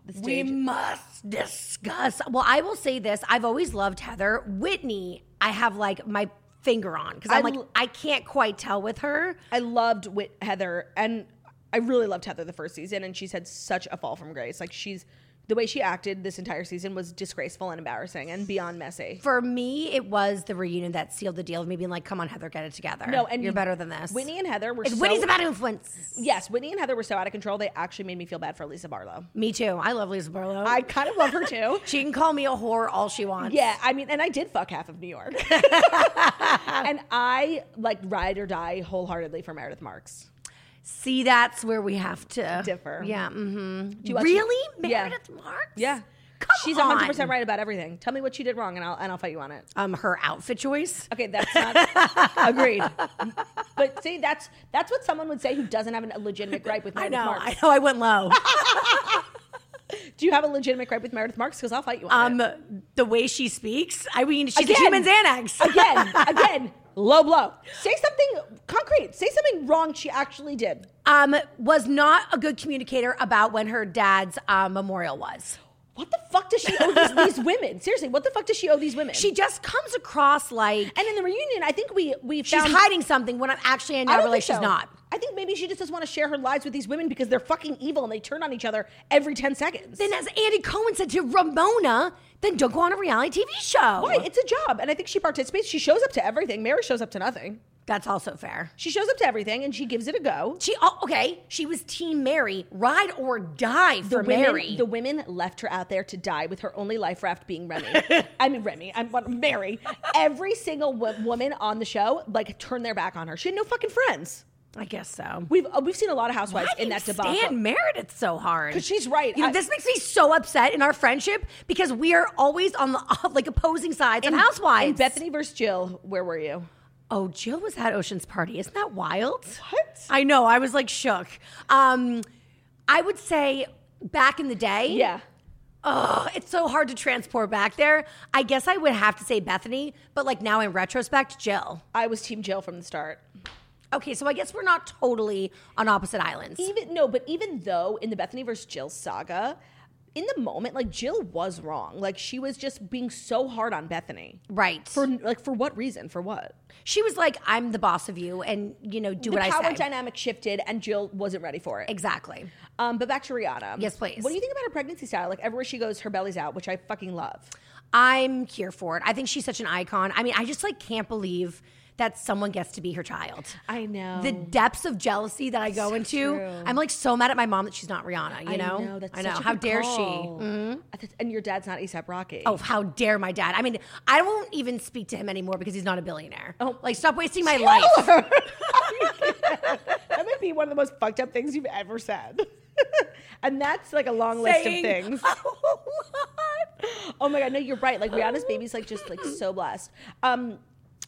Speaker 2: the
Speaker 3: we
Speaker 2: stage.
Speaker 3: must discuss. Well, I will say this. I've always loved Heather. Whitney, I have like my finger on because I'm
Speaker 2: I
Speaker 3: like,
Speaker 2: l-
Speaker 3: I can't quite tell with her.
Speaker 2: I loved Whit- Heather, and I really loved Heather the first season, and she's had such a fall from grace. Like she's the way she acted this entire season was disgraceful and embarrassing and beyond messy.
Speaker 3: For me, it was the reunion that sealed the deal of me being like, come on, Heather, get it together.
Speaker 2: No, and
Speaker 3: you're
Speaker 2: you-
Speaker 3: better than this.
Speaker 2: Whitney and Heather were
Speaker 3: It's
Speaker 2: so
Speaker 3: Whitney's about influence.
Speaker 2: yes, Whitney and Heather were so out of control. They actually made me feel bad for Lisa Barlow.
Speaker 3: [laughs] Me too. I love Lisa Barlow.
Speaker 2: I kind of love her too.
Speaker 3: she can call me a whore all she wants.
Speaker 2: Yeah, I mean, and I did fuck half of New
Speaker 3: [laughs]
Speaker 2: York, and I like ride or die wholeheartedly for Meredith Marks.
Speaker 3: See, that's where we have to
Speaker 2: Differ.
Speaker 3: Yeah. Mm-hmm.
Speaker 2: watch-
Speaker 3: really,
Speaker 2: Yeah.
Speaker 3: Meredith Marks?
Speaker 2: Yeah,
Speaker 3: Come
Speaker 2: she's
Speaker 3: on.
Speaker 2: 100 percent right about everything. Tell me what she did wrong, and I'll and I'll fight you on it.
Speaker 3: Um, her outfit choice.
Speaker 2: Okay, that's not
Speaker 3: [laughs]
Speaker 2: agreed. But see, that's that's what someone would say who doesn't have a legitimate gripe with
Speaker 3: I
Speaker 2: Meredith
Speaker 3: know.
Speaker 2: Marks.
Speaker 3: I know. I
Speaker 2: [laughs]
Speaker 3: went low.
Speaker 2: Do you have a legitimate gripe with Meredith Marks? Because I'll fight you on
Speaker 3: um,
Speaker 2: it.
Speaker 3: the way she speaks. I mean, she's
Speaker 2: Again.
Speaker 3: a human Xanax. [laughs]
Speaker 2: Again, again, low blow. Say something concrete. Say something wrong she actually did.
Speaker 3: um, was not a good communicator about when her dad's uh, memorial was.
Speaker 2: What the fuck does she owe these,
Speaker 3: [laughs]
Speaker 2: these women? Seriously, what the fuck does she owe these women?
Speaker 3: She just comes across like
Speaker 2: and in the reunion, I think we we
Speaker 3: she's
Speaker 2: found,
Speaker 3: hiding something when I'm actually I
Speaker 2: I
Speaker 3: now
Speaker 2: don't
Speaker 3: realize
Speaker 2: think
Speaker 3: she's
Speaker 2: so.
Speaker 3: not.
Speaker 2: I think maybe she just doesn't want to share her lives with these women because they're fucking evil and they turn on each other every ten seconds.
Speaker 3: Then, as Andy Cohen said to Ramona, then don't go on a reality TV show.
Speaker 2: Why? It's a job, and I think she participates. She shows up to everything. Mary shows up to nothing.
Speaker 3: That's also fair.
Speaker 2: She shows up to everything and she gives it a go.
Speaker 3: She oh, okay. She was Team Mary, ride or die for
Speaker 2: women,
Speaker 3: Mary.
Speaker 2: the women left her out there to die with her only life raft being Remy.
Speaker 3: [laughs]
Speaker 2: I mean Remy. I'm what- Mary. Every single wo- woman on the show like turned their back on her. She had no fucking friends.
Speaker 3: I guess so.
Speaker 2: We've uh, we've seen a lot of
Speaker 3: Why
Speaker 2: housewives
Speaker 3: do
Speaker 2: in
Speaker 3: you
Speaker 2: that debacle.
Speaker 3: Stand Meredith so hard
Speaker 2: 'Cause she's right.
Speaker 3: You know,
Speaker 2: I-
Speaker 3: this makes me so upset in our friendship because we are always on the [laughs] like opposing sides of housewives.
Speaker 2: In Bethany versus Jill, where were you?
Speaker 3: oh, Jill was at Ocean's party. Isn't that wild?
Speaker 2: What?
Speaker 3: I know. I was like shook. Um, I would say back in the day.
Speaker 2: Yeah.
Speaker 3: Oh, it's so hard to transport back there. I guess I would have to say Bethany, but like now in retrospect, Jill.
Speaker 2: I was team Jill from the start.
Speaker 3: Okay, so I guess we're not totally on opposite islands.
Speaker 2: even no, but even though in the Bethany versus Jill saga, in the moment, like Jill was wrong. Like she was just being so hard on Bethany.
Speaker 3: Right.
Speaker 2: For like for what reason? For what?
Speaker 3: she was like, I'm the boss of you and you know, do
Speaker 2: the
Speaker 3: what I
Speaker 2: power
Speaker 3: say.
Speaker 2: dynamic shifted, and Jill wasn't ready for it.
Speaker 3: exactly.
Speaker 2: Um, but back to Rihanna.
Speaker 3: Yes, please.
Speaker 2: What do you think about her pregnancy style? Like everywhere she goes, her belly's out, which I fucking love.
Speaker 3: I'm here for it. I think she's such an icon. I mean, I just like can't believe that someone gets to be her child.
Speaker 2: I know.
Speaker 3: The depths of jealousy that I go
Speaker 2: Oh.
Speaker 3: into,
Speaker 2: true.
Speaker 3: I'm like so mad at my mom that she's not Rihanna, you
Speaker 2: I
Speaker 3: know?
Speaker 2: That's
Speaker 3: I know.
Speaker 2: such a
Speaker 3: How
Speaker 2: good
Speaker 3: dare
Speaker 2: call.
Speaker 3: she?
Speaker 2: I th- And your dad's not ASAP Rocky.
Speaker 3: Oh, how dare my dad? I mean, I won't even speak to him anymore because he's not a billionaire.
Speaker 2: Oh.
Speaker 3: Oh, like stop wasting my life.
Speaker 2: that might be one of the most fucked up things you've ever said. [laughs] and that's like a long
Speaker 3: Saying-
Speaker 2: list of
Speaker 3: [laughs]
Speaker 2: things. Oh my god, no, you're right. Like Rihanna's baby's like just like so blessed. Um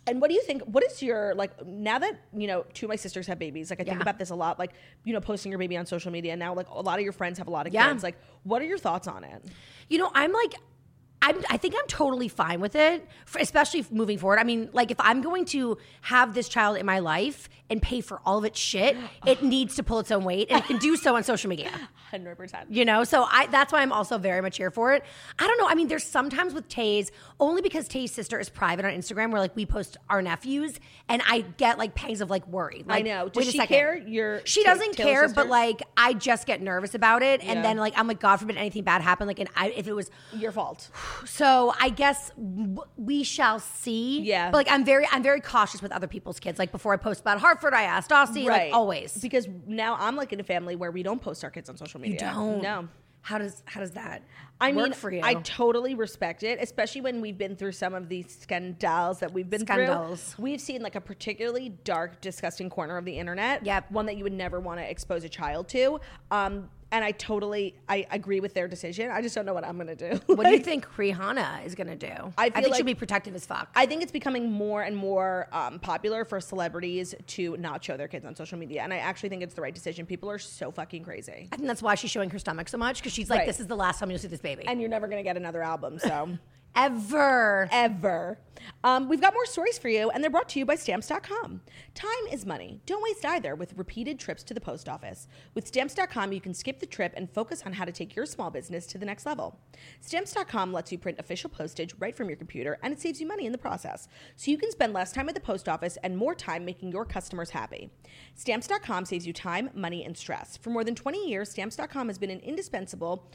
Speaker 2: And what do you think? What is your like now that you know two of my sisters have babies? Like I think
Speaker 3: Yeah.
Speaker 2: about this a lot. Like you know, posting your baby on social media now. Like a lot of your friends have a lot of
Speaker 3: Yeah.
Speaker 2: kids. Like, what are your thoughts on it?
Speaker 3: You know, I'm like, I'm, I think I'm totally fine with it, for, especially if moving forward. I mean, like, if I'm going to have this child in my life and pay for all of its shit,
Speaker 2: [gasps]
Speaker 3: it needs to pull its own weight and it can do so on social media,
Speaker 2: Hundred percent.
Speaker 3: you know? So I, that's why I'm also very much here for it. I don't know. I mean, there's sometimes with Tays, only because Tay's sister is private on Instagram, where like we post our nephews, and I get like pangs of like worry. Like,
Speaker 2: know. Does
Speaker 3: wait a
Speaker 2: she
Speaker 3: second.
Speaker 2: care? Your
Speaker 3: she
Speaker 2: Ta-
Speaker 3: doesn't
Speaker 2: Taylor's
Speaker 3: care, but
Speaker 2: sister?
Speaker 3: like I just get nervous about it,
Speaker 2: Yeah.
Speaker 3: and then like I'm like, God forbid anything bad happen. Like, and I, if it was
Speaker 2: Your fault.
Speaker 3: so I guess w- we shall see.
Speaker 2: Yeah.
Speaker 3: But like I'm very I'm very cautious with other people's kids. Like before I post about Hartford, I asked Aussie. Like always.
Speaker 2: Because now I'm like in a family where we don't post our kids on social media.
Speaker 3: don't.
Speaker 2: No.
Speaker 3: how does how does that
Speaker 2: I
Speaker 3: work
Speaker 2: mean,
Speaker 3: for you?
Speaker 2: I totally respect it, especially when we've been through some of these scandals that we've been
Speaker 3: Scandals.
Speaker 2: through. We've seen like a particularly dark, disgusting corner of the internet.
Speaker 3: Yep.
Speaker 2: One that you would never want to expose a child to. Um, and I totally I agree with their decision. I just don't know what I'm gonna do. [laughs]
Speaker 3: what do you think Rihanna is gonna do?
Speaker 2: I feel
Speaker 3: think
Speaker 2: like-
Speaker 3: she'll be protective as fuck.
Speaker 2: I think it's becoming more and more um, popular for celebrities to not show their kids on social media, and I actually think it's the right decision. People are so fucking crazy,
Speaker 3: I think that's why she's showing her stomach so much because she's like,
Speaker 2: Right.
Speaker 3: this is the last time you'll see this baby
Speaker 2: and you're never gonna get another album.
Speaker 3: [laughs]
Speaker 2: So.
Speaker 3: ever.
Speaker 2: ever. Um, we've got more stories for you, and they're brought to you by stamps.com. Time is money. Don't waste either with repeated trips to the post office. With stamps.com, you can skip the trip and focus on how to take your small business to the next level. Stamps.com lets you print official postage right from your computer, and it saves you money in the process. So you can spend less time at the post office and more time making your customers happy. Stamps.com saves you time, money, and stress. For more than 20 years, stamps.com has been an indispensable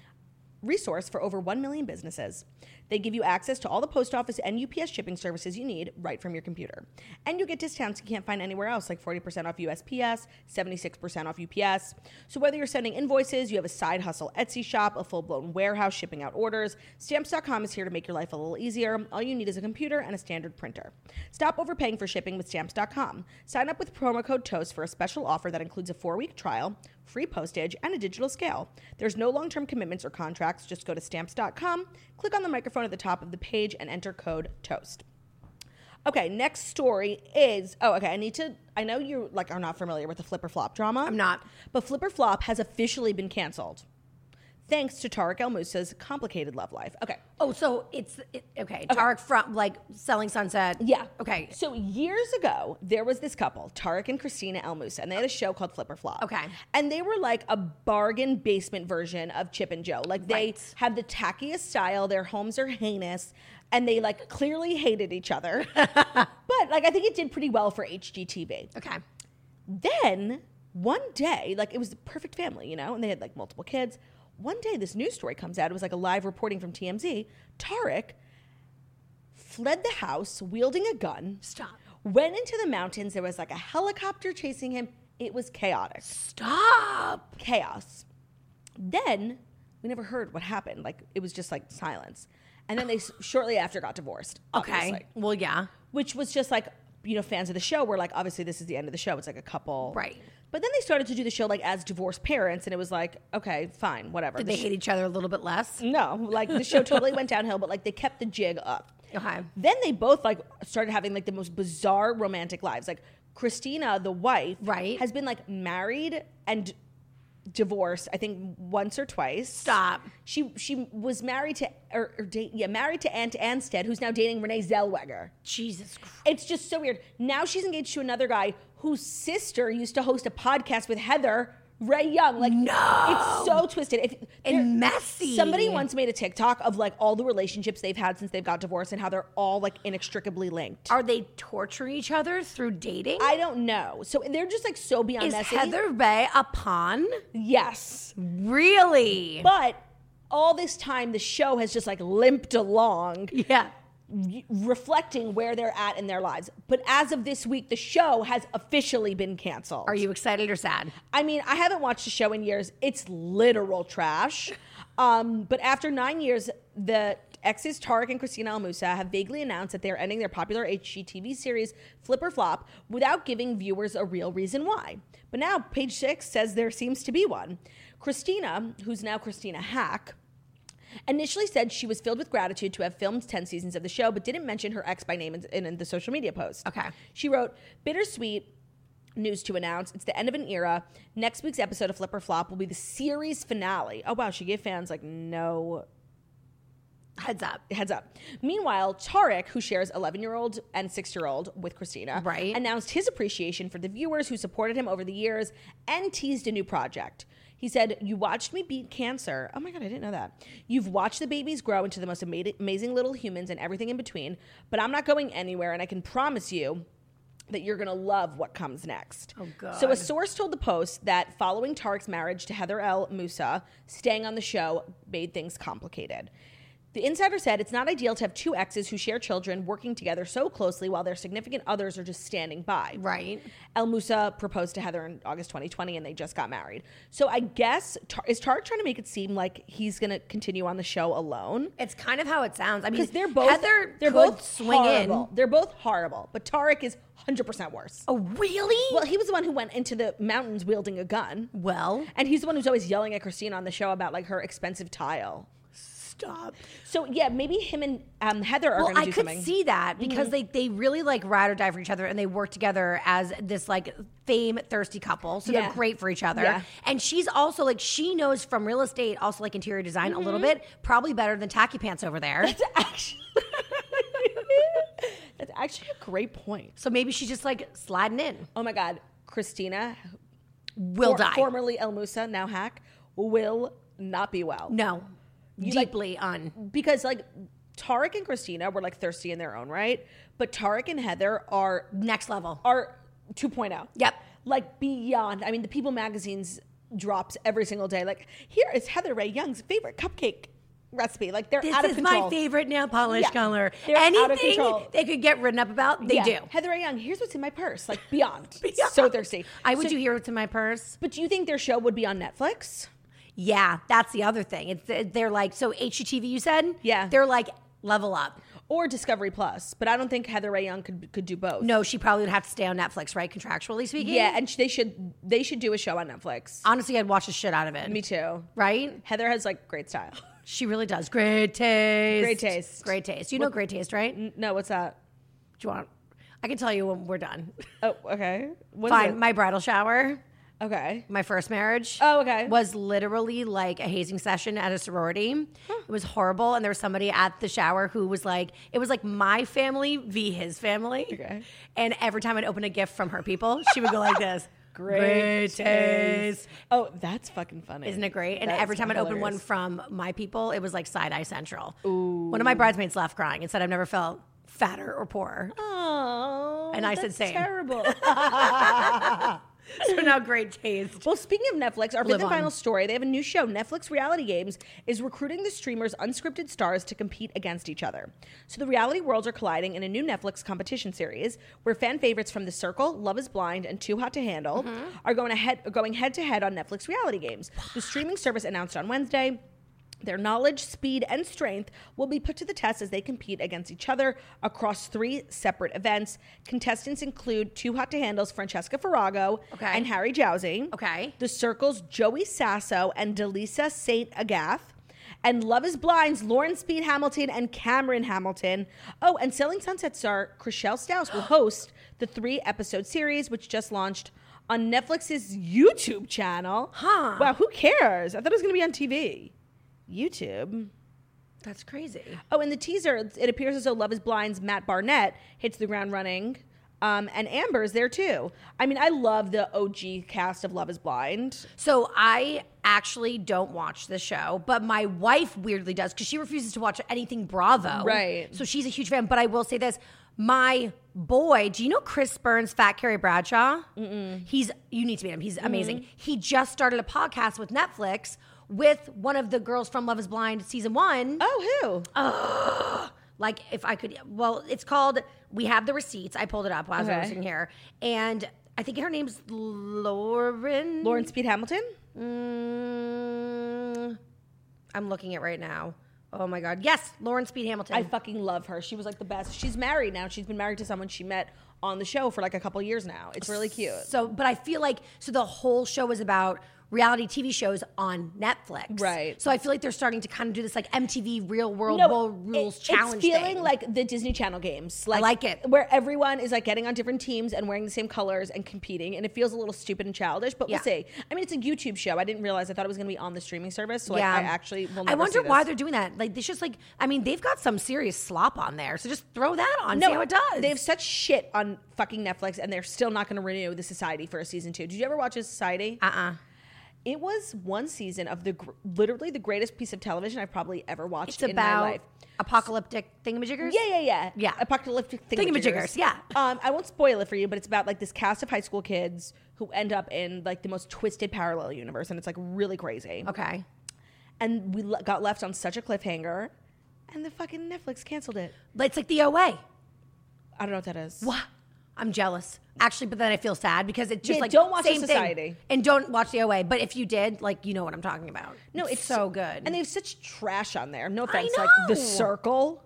Speaker 2: resource for over 1 million businesses. They give you access to all the post office and UPS shipping services you need right from your computer. And you'll get discounts you can't find anywhere else, like 40% off USPS, 76% off UPS. So whether you're sending invoices, you have a side hustle Etsy shop, a full blown warehouse shipping out orders, stamps.com is here to make your life a little easier. All you need is a computer and a standard printer. Stop overpaying for shipping with stamps.com. Sign up with promo code TOAST for a special offer that includes a four week trial free postage, and a digital scale. There's no long term commitments or contracts. Just go to stamps.com, click on the microphone at the top of the page, and enter code TOAST. Okay, next story is oh, okay. I need to. I know you like are not familiar with the Flipper Flop drama. I'm
Speaker 3: not.
Speaker 2: but Flipper Flop has officially been canceled, thanks to Tarek El Moussa's complicated love life. Okay,
Speaker 3: Oh, so it's it, okay. Tarek from like selling sunset.
Speaker 2: Yeah.
Speaker 3: Okay.
Speaker 2: So years ago, there was this couple, Tarek and Christina Elmus, and they had a show called Flipper Flop.
Speaker 3: Okay.
Speaker 2: And they were like a bargain basement version of Chip and Joe. Like they
Speaker 3: Right.
Speaker 2: have the tackiest style, their homes are heinous, and they like clearly hated each
Speaker 3: [laughs]
Speaker 2: other. but like I think it did pretty well for HGTV
Speaker 3: Okay.
Speaker 2: then one day, like it was the perfect family, you know, and they had like multiple kids. One day, this news story comes out. It was like a live reporting from TMZ. Tarek fled the house wielding a gun.
Speaker 3: Stop.
Speaker 2: Went into the mountains. There was like a helicopter chasing him. It was chaotic
Speaker 3: Stop.
Speaker 2: chaos. Then we never heard what happened. Like it was just like silence. And then they s- shortly after got divorced.
Speaker 3: Okay.
Speaker 2: obviously
Speaker 3: Well, yeah.
Speaker 2: which was just like you know fans of the show were like obviously this is the end of the show it's like a couple
Speaker 3: Right.
Speaker 2: but then they started to do the show like as divorced parents and it was like okay fine whatever
Speaker 3: Did
Speaker 2: The
Speaker 3: they
Speaker 2: sh-
Speaker 3: hate each other a little bit less?
Speaker 2: no like the show totally went downhill but like they kept the jig up
Speaker 3: Okay.
Speaker 2: then they both like started having like the most bizarre romantic lives like christina the wife
Speaker 3: Right.
Speaker 2: has been like married and divorced i think once or twice
Speaker 3: Stop.
Speaker 2: she she was married to or, or date yeah married to aunt anstead who's now dating renee zellweger
Speaker 3: Jesus Christ.
Speaker 2: it's just so weird. Now she's engaged to another guy whose sister used to host a podcast with Heather Ray Young. Like, no, it's so twisted. If
Speaker 3: And
Speaker 2: there-
Speaker 3: messy.
Speaker 2: Somebody once made a TikTok of like all the relationships they've had since they've got divorced and how they're all like inextricably linked.
Speaker 3: Are they torturing each other through dating?
Speaker 2: I don't know. So they're just like so beyond
Speaker 3: Is
Speaker 2: messy.
Speaker 3: Heather Bay a pawn?
Speaker 2: Yes,
Speaker 3: Really?
Speaker 2: but all this time the show has just like limped along.
Speaker 3: yeah.
Speaker 2: Reflecting where they're at in their lives. But as of this week, the show has officially been canceled.
Speaker 3: Are you excited or sad?
Speaker 2: I mean, I haven't watched the show in years. It's literal trash. Um, but after nine years, the exes Tarek and Christina El Musa have vaguely announced that they are ending their popular HGTV series Flip or Flop without giving viewers a real reason why. But now Page Six says there seems to be one. Christina, who's now Christina Hack, initially said she was filled with gratitude to have filmed 10 seasons of the show, but didn't mention her ex by name in, in, in the social media post.
Speaker 3: Okay.
Speaker 2: She wrote, bittersweet. News to announce. It's the end of an era. Next week's episode of Flip or Flop will be the series finale. Oh, wow. She gave fans like no
Speaker 3: Heads up.
Speaker 2: heads up. Meanwhile, Tarek, who shares 11 year old and 6 year old with Christina,
Speaker 3: Right.
Speaker 2: announced his appreciation for the viewers who supported him over the years and teased a new project. He said, You watched me beat cancer. Oh my God, I didn't know that. You've watched the babies grow into the most ama- amazing little humans and everything in between, but I'm not going anywhere, and I can promise you that you're going to love what comes next. Oh,
Speaker 3: God.
Speaker 2: So a source told the Post that following Tarek's marriage to Heather L. Musa, staying on the show made things complicated. The insider said it's not ideal to have two exes who share children working together so closely while their significant others are just standing by.
Speaker 3: Right.
Speaker 2: El Musa proposed to Heather in August 2020 and they just got married. So I guess, Tar- is Tarek trying to make it seem like he's going to continue on the show alone?
Speaker 3: It's kind of how it sounds. I mean,
Speaker 2: Because they're both
Speaker 3: Heather
Speaker 2: they're
Speaker 3: could
Speaker 2: both
Speaker 3: swing
Speaker 2: horrible.
Speaker 3: in.
Speaker 2: They're both horrible, but Tarek is 100% worse.
Speaker 3: Oh, really?
Speaker 2: Well, he was the one who went into the mountains wielding a gun.
Speaker 3: Well,
Speaker 2: And he's the one who's always yelling at Christine on the show about like her expensive tile.
Speaker 3: stop.
Speaker 2: So yeah, maybe him and um, Heather are
Speaker 3: uh, Well,
Speaker 2: going to
Speaker 3: I
Speaker 2: do
Speaker 3: could
Speaker 2: something.
Speaker 3: see [laughs] that because they, they really like ride or die for each other and they work together as this like fame thirsty couple. So
Speaker 2: Yeah.
Speaker 3: they're great for each other.
Speaker 2: Yeah.
Speaker 3: And she's also like, she knows from real estate, also like interior design a little bit, probably better than Tacky Pants over there.
Speaker 2: That's actually that's actually a great point.
Speaker 3: [laughs] so maybe she's just like sliding in.
Speaker 2: Oh my God, Christina
Speaker 3: Will
Speaker 2: for-
Speaker 3: die.
Speaker 2: formerly El Musa, now Hack, will not be well
Speaker 3: no.
Speaker 2: like-
Speaker 3: Deeply on.
Speaker 2: because like Tarek and Christina were like thirsty in their own right, but Tarek and Heather are
Speaker 3: Next level.
Speaker 2: are 2.0.
Speaker 3: Yep.
Speaker 2: oh. Like beyond. I mean, the People magazine's drops every single day. Like here is Heather Ray Young's favorite cupcake recipe. Like they're
Speaker 3: This
Speaker 2: out of
Speaker 3: is
Speaker 2: control.
Speaker 3: my favorite nail polish
Speaker 2: Yeah.
Speaker 3: color.
Speaker 2: They're out of
Speaker 3: Anything
Speaker 2: control.
Speaker 3: they could get written up about, they
Speaker 2: Yeah.
Speaker 3: do.
Speaker 2: Heather Ray Young. Here's what's in my purse. Like beyond.
Speaker 3: [laughs] Beyond.
Speaker 2: So thirsty.
Speaker 3: I would
Speaker 2: So-
Speaker 3: do here what's in my purse.
Speaker 2: But do you think their show would be on Netflix?
Speaker 3: Yeah, that's the other thing. It's they're like so HGTV. You said
Speaker 2: Yeah.
Speaker 3: They're like level up.
Speaker 2: or Discovery Plus. But I don't think Heather Ray Young could could do both.
Speaker 3: No, she probably would have to stay on Netflix, right? Contractually speaking.
Speaker 2: Yeah, and sh- they should they should do a show on Netflix.
Speaker 3: honestly, I'd watch the shit out of it.
Speaker 2: Me too.
Speaker 3: Right?
Speaker 2: Heather has like great style.
Speaker 3: She really does. Great taste.
Speaker 2: Great taste. Mm.
Speaker 3: Great taste. You know great taste, right? Do
Speaker 2: No, what's that?
Speaker 3: you want? I can tell you when we're done.
Speaker 2: Oh, okay. What is
Speaker 3: Fine.
Speaker 2: it?
Speaker 3: My bridal shower,
Speaker 2: okay.
Speaker 3: my first marriage.
Speaker 2: Oh, okay.
Speaker 3: Was literally like a hazing session at a sorority. It was horrible, and there was somebody at the shower who was like, it was like my family v his family.
Speaker 2: Okay.
Speaker 3: And every time I'd open a gift from her people, she would go like this.
Speaker 2: [laughs] Great taste. Oh, that's fucking funny.
Speaker 3: Isn't it great? And
Speaker 2: That's
Speaker 3: every time I'd open one
Speaker 2: hilarious.
Speaker 3: from my people, it was like side eye central. One of my bridesmaids laughed crying and said, I've never felt fatter
Speaker 2: [laughs]
Speaker 3: or poorer. [laughs]
Speaker 2: Oh,
Speaker 3: And I said
Speaker 2: that's
Speaker 3: same. [laughs]
Speaker 2: terrible.
Speaker 3: so now great taste.
Speaker 2: well, speaking of Netflix, our
Speaker 3: Live
Speaker 2: fifth and
Speaker 3: on.
Speaker 2: final story, they have a new show, Netflix Reality Games, is recruiting the streamer's unscripted stars to compete against each other. So the reality worlds are colliding in a new Netflix competition series where fan favorites from The Circle, Love is Blind, and Too Hot to Handle
Speaker 3: Mm-hmm.
Speaker 2: are going ahead going head to head on Netflix Reality Games. The streaming service announced on Wednesday Their knowledge, speed, and strength will be put to the test as they compete against each other across three separate events. Contestants include Too Hot to Handle's Francesca Farrago
Speaker 3: Okay.
Speaker 2: and Harry Jowsey.
Speaker 3: Okay.
Speaker 2: The Circle's Joey Sasso and Delisa St. Agath. And Love is Blind's Lauren Speed Hamilton and Cameron Hamilton. Oh, and Selling Sunset star Chriselle Staus
Speaker 3: [gasps]
Speaker 2: will host the three episode series, which just launched on Netflix's YouTube channel.
Speaker 3: Huh.
Speaker 2: Wow, who cares? I thought it was going to be on TV. YouTube.
Speaker 3: That's crazy.
Speaker 2: Oh, in the teaser, it's- it appears as though Love is Blind's Matt Barnett hits the ground running. Um, and Amber's there too. I mean, I love the OG cast of Love is Blind.
Speaker 3: So I actually don't watch the show, but my wife weirdly does because she refuses to watch anything Bravo.
Speaker 2: Right.
Speaker 3: So she's a huge fan. But I will say this my boy, do you know Chris Burns, Fat Carrie Bradshaw? Mm-mm. He's, you need to meet him. He's amazing. He just started a podcast with Netflix with one of the girls from Love is Blind season one.
Speaker 2: Oh, who?
Speaker 3: [gasps] Like, if I could, well, it's called We Have the Receipts. I pulled it up while I
Speaker 2: Okay.
Speaker 3: was sitting here. And I think her name's Lauren.
Speaker 2: Lauren Speed Hamilton?
Speaker 3: Mm, I'm looking at right now. Oh my god. Yes, Lauren Speed Hamilton.
Speaker 2: I fucking love her. She was like the best. She's married now. She's been married to someone she met on the show for like a couple years now. It's really cute.
Speaker 3: so, but I feel like so the whole show is about reality TV shows on Netflix.
Speaker 2: Right.
Speaker 3: So I feel like they're starting to kind of do this like MTV Real World
Speaker 2: No,
Speaker 3: World
Speaker 2: it-
Speaker 3: Rules Challenge.
Speaker 2: It's feeling
Speaker 3: thing.
Speaker 2: like the Disney Channel games. Like,
Speaker 3: like it.
Speaker 2: Where everyone is like getting on different teams and wearing the same colors and competing. And it feels a little stupid and childish, but
Speaker 3: Yeah.
Speaker 2: we'll see. I mean, it's a YouTube show. I didn't realize. I thought it was going to be on the streaming service. So like, I actually will never
Speaker 3: I wonder
Speaker 2: see
Speaker 3: why
Speaker 2: this.
Speaker 3: they're doing that. Like, they just like, I mean, they've got some serious slop on there. So just throw that on. see how it does.
Speaker 2: They have such shit on fucking Netflix, and they're still not going to renew the Society for a season two. Did you ever watch a Society?
Speaker 3: Uh-uh.
Speaker 2: Uh uh It was one season of the gr- literally the greatest piece of television I've probably ever watched
Speaker 3: it's
Speaker 2: in my
Speaker 3: about
Speaker 2: life.
Speaker 3: apocalyptic thingamajiggers.
Speaker 2: Yeah, yeah, yeah.
Speaker 3: Yeah.
Speaker 2: Apocalyptic
Speaker 3: Thingamajiggers, yeah.
Speaker 2: Um, I won't spoil it for you, but it's about like this cast of high school kids who end up in like the most twisted parallel universe, and it's like really crazy.
Speaker 3: Okay.
Speaker 2: And we le- got left on such a cliffhanger, and the fucking Netflix canceled it.
Speaker 3: It's like the OA.
Speaker 2: I don't know what that is.
Speaker 3: What? I'm jealous. Actually, but then I feel sad because it's just
Speaker 2: Yeah,
Speaker 3: like
Speaker 2: don't watch
Speaker 3: same
Speaker 2: The
Speaker 3: thing.
Speaker 2: Society.
Speaker 3: and don't watch the OA. But if you did, like you know what I'm talking about.
Speaker 2: No, it's
Speaker 3: so good.
Speaker 2: and they have such trash on there. No offense, like
Speaker 3: know.
Speaker 2: the Circle.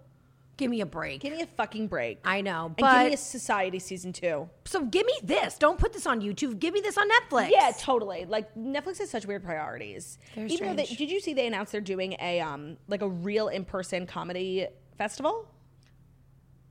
Speaker 3: give me a break.
Speaker 2: Give me a fucking break.
Speaker 3: I know,
Speaker 2: and give
Speaker 3: but-
Speaker 2: me a Society season two.
Speaker 3: so give me this. Don't put this on YouTube. Give me this on Netflix.
Speaker 2: Yeah, totally. Like Netflix has such weird priorities.
Speaker 3: They're
Speaker 2: Even though they,
Speaker 3: strange.
Speaker 2: did you see they announced they're doing a um like a real in person comedy festival?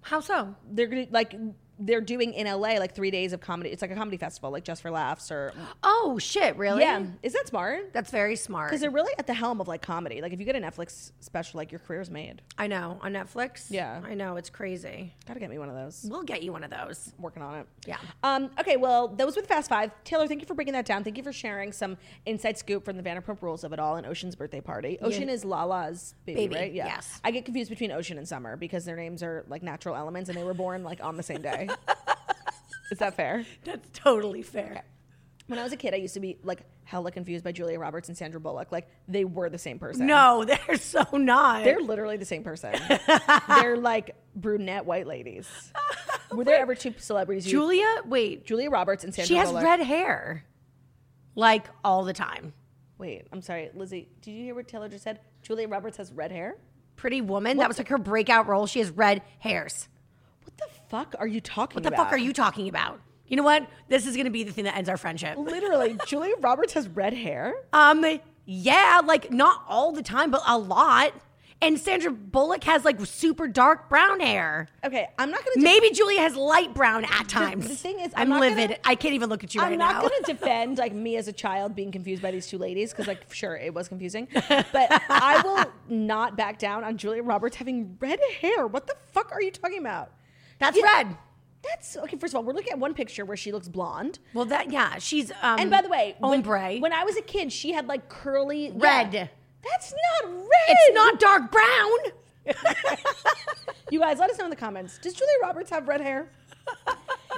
Speaker 3: How so?
Speaker 2: They're gonna like they're doing in LA like three days of comedy. It's like a comedy festival, like just for laughs or
Speaker 3: Oh shit! Really?
Speaker 2: yeah. Is that smart?
Speaker 3: That's very smart.
Speaker 2: Because they're really at the helm of like comedy. Like if you get a Netflix special, like your career's made.
Speaker 3: I know on Netflix.
Speaker 2: Yeah.
Speaker 3: I know it's crazy.
Speaker 2: Gotta get me one of those.
Speaker 3: We'll get you one of those.
Speaker 2: Working on it.
Speaker 3: Yeah.
Speaker 2: Um, okay, well, those were the Fast Five. Taylor, thank you for breaking that down. Thank you for sharing some inside scoop from the Vanderpump Rules of it all and Ocean's birthday party. Ocean is Lala's baby,
Speaker 3: Baby,
Speaker 2: right?
Speaker 3: yes.
Speaker 2: I get confused between Ocean and Summer because their names are like natural elements and they were born like on the same
Speaker 3: [laughs]
Speaker 2: day. is that fair?
Speaker 3: That's totally fair.
Speaker 2: When I was a kid, I used to be like hella confused by Julia Roberts and Sandra Bullock. Like they were the same person.
Speaker 3: No, [laughs] they're so not.
Speaker 2: They're literally the same
Speaker 3: [laughs]
Speaker 2: person. They're like brunette white ladies. Were there ever two celebrities? you-
Speaker 3: Julia. Wait,
Speaker 2: Julia Roberts and Sandra
Speaker 3: she has
Speaker 2: Bullock.
Speaker 3: red hair, like all the time.
Speaker 2: Wait, I'm sorry, Lizzie. Did you hear what Taylor just said? Julia Roberts has red hair.
Speaker 3: Pretty Woman. That was like her breakout role. She has red hairs.
Speaker 2: What the fuck are you talking
Speaker 3: What the
Speaker 2: about?
Speaker 3: fuck are you talking about? You know what? This is going to be the thing that ends our
Speaker 2: [laughs]
Speaker 3: friendship.
Speaker 2: Literally, Julia Roberts has red hair.
Speaker 3: Um, yeah, like not all the time, but a lot. And Sandra Bullock has like super dark brown hair.
Speaker 2: Okay, I'm not gonna.
Speaker 3: Maybe Julia has light brown at times.
Speaker 2: the thing is, I'm
Speaker 3: I'm,
Speaker 2: not gonna-
Speaker 3: livid. I can't even look at you
Speaker 2: I'm
Speaker 3: right
Speaker 2: not
Speaker 3: now.
Speaker 2: gonna defend like me as a child being confused by these two ladies because like sure it was confusing, but
Speaker 3: [laughs]
Speaker 2: I will not back down on Julia Roberts having red hair. What the fuck are you talking about?
Speaker 3: That's
Speaker 2: You-
Speaker 3: red.
Speaker 2: That's okay. First of all, we're looking at one picture where she looks blonde.
Speaker 3: Well, that yeah, she's um.
Speaker 2: And by the way, when-
Speaker 3: ombre.
Speaker 2: When, I was a kid, she had like curly
Speaker 3: Red.
Speaker 2: Yeah. That's not red.
Speaker 3: it's not dark brown.
Speaker 2: You guys, let us know in the comments. Does Julia Roberts have red hair?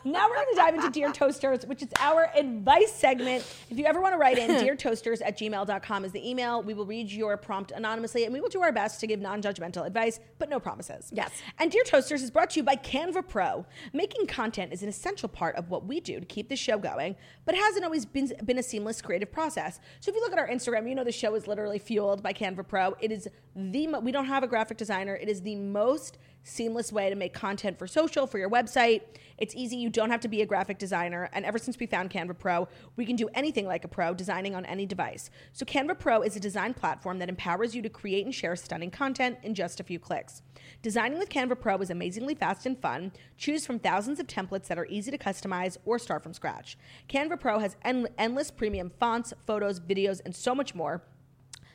Speaker 2: now we're going to dive into Dear Toasters, which is our advice segment. If you ever want to write in, deartoasters at gmail.com is the email. We will read your prompt anonymously and we will do our best to give non judgmental advice, but no promises.
Speaker 3: Yes.
Speaker 2: And Dear Toasters is brought to you by Canva Pro. Making content is an essential part of what we do to keep the show going, but it hasn't always been, been a seamless creative process. So if you look at our Instagram, you know the show is literally fueled by Canva Pro. It is the, mo- we don't have a graphic designer, it is the most seamless way to make content for social, for your website. It's easy. You don't have to be a graphic designer. And ever since we found Canva Pro, we can do anything like a pro, designing on any device. So, Canva Pro is a design platform that empowers you to create and share stunning content in just a few clicks. Designing with Canva Pro is amazingly fast and fun. Choose from thousands of templates that are easy to customize or start from scratch. Canva Pro has en- endless premium fonts, photos, videos, and so much more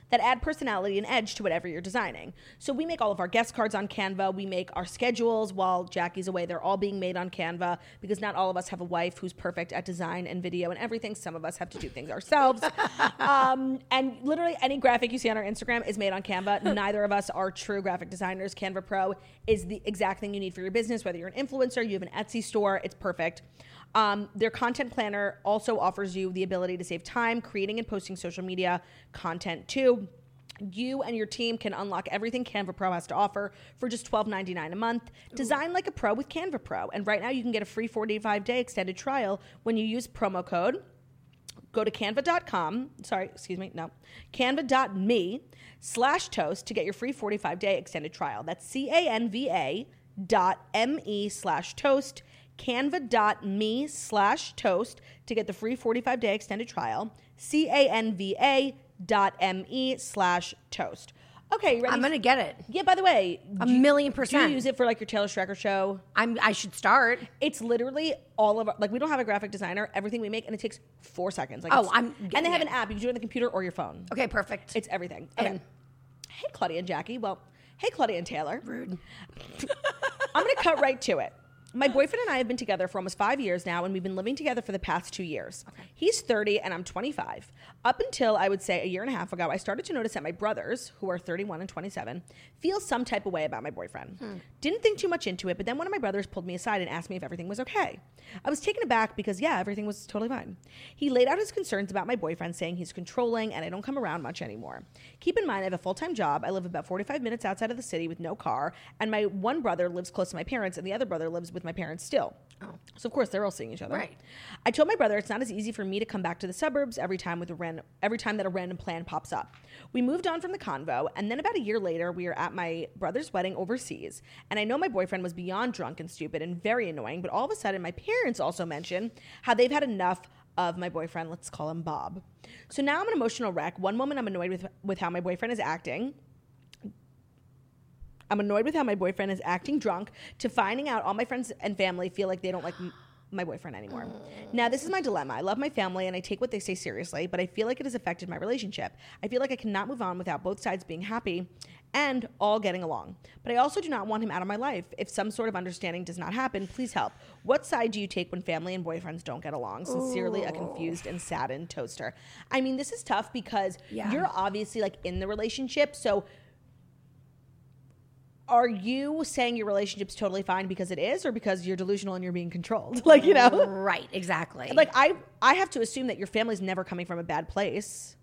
Speaker 2: that add personality and edge to whatever you're designing. So we make all of our guest cards on Canva. We make our schedules while Jackie's away. They're all being made on Canva because not all of us have a wife who's perfect at design and video and everything. Some of us have to do things ourselves. um, and literally any graphic you see on our Instagram is made on Canva. Neither of us are true graphic designers. Canva Pro is the exact thing you need for your business, whether you're an influencer, you have an Etsy store, it's perfect. Um, their content planner also offers you the ability to save time creating and posting social media content too. You and your team can unlock everything Canva Pro has to offer for just $12.99 a month. Design like a pro with Canva Pro. And right now you can get a free 45 day extended trial when you use promo code go to canva.com sorry excuse me no canva.me slash toast to get your free 45 day extended trial that's c-a-n-v-a dot m-e E slash toast canva.me slash toast to get the free 45 day extended trial. C A N V A dot M E slash toast. Okay, you ready?
Speaker 3: I'm gonna get it.
Speaker 2: yeah, by the way,
Speaker 3: A
Speaker 2: do you-
Speaker 3: million
Speaker 2: do
Speaker 3: percent.
Speaker 2: you use it for like your Taylor Strecker show?
Speaker 3: I'm. I should start.
Speaker 2: It's literally all of our, like we don't have a graphic designer. Everything we make and it takes four seconds. Like
Speaker 3: Oh,
Speaker 2: it's-
Speaker 3: I'm
Speaker 2: and they
Speaker 3: getting
Speaker 2: have
Speaker 3: it.
Speaker 2: an app. You can do it on the computer or your phone.
Speaker 3: Okay, perfect.
Speaker 2: It's everything. Okay.
Speaker 3: In.
Speaker 2: Hey, Claudia and Jackie. Well, hey, Claudia and Taylor. Rude. [laughs] I'm going to cut right to it. My boyfriend and I have been together for almost five years now, and we've been living together for the past two years. He's 30 and I'm 25. Up until I would say a year and a half ago, I started to notice that my brothers, who are 31 and 27, feel some type of way about my boyfriend.
Speaker 3: Hmm.
Speaker 2: Didn't think too much into it, but then one of my brothers pulled me aside and asked me if everything was okay. I was taken aback because, yeah, everything was totally fine. He laid out his concerns about my boyfriend, saying he's controlling and I don't come around much anymore. Keep in mind, I have a full time job. I live about 45 minutes outside of the city with no car, and my one brother lives close to my parents, and the other brother lives with my parents still. So, of course, they're all seeing each other.
Speaker 3: Right.
Speaker 2: I told my brother it's not as easy for me to come back to the suburbs every time with a ran- every time that a random plan pops up. We moved on from the convo, and then about a year later, we were at my brother's wedding overseas. And I know my boyfriend was beyond drunk and stupid and very annoying, but all of a sudden, my parents also mentioned how they've had enough of my boyfriend. Let's call him Bob. So now I'm an emotional wreck. One moment I'm annoyed with with how my boyfriend is acting. I'm annoyed with how my boyfriend is acting drunk to finding out all my friends and family feel like they don't like m- my boyfriend anymore. Now, this is my dilemma. I love my family and I take what they say seriously, but I feel like it has affected my relationship. I feel like I cannot move on without both sides being happy and all getting along. But I also do not want him out of my life. If some sort of understanding does not happen, please help. What side do you take when family and boyfriends don't get along? Sincerely, a confused and saddened toaster. I mean, this is tough because
Speaker 3: Yeah.
Speaker 2: you're obviously like in the relationship, so are you saying your relationship's totally fine because it is or because you're delusional and you're being controlled [laughs] like you know
Speaker 3: right. Exactly.
Speaker 2: like i i have to assume that your family's never coming from a bad place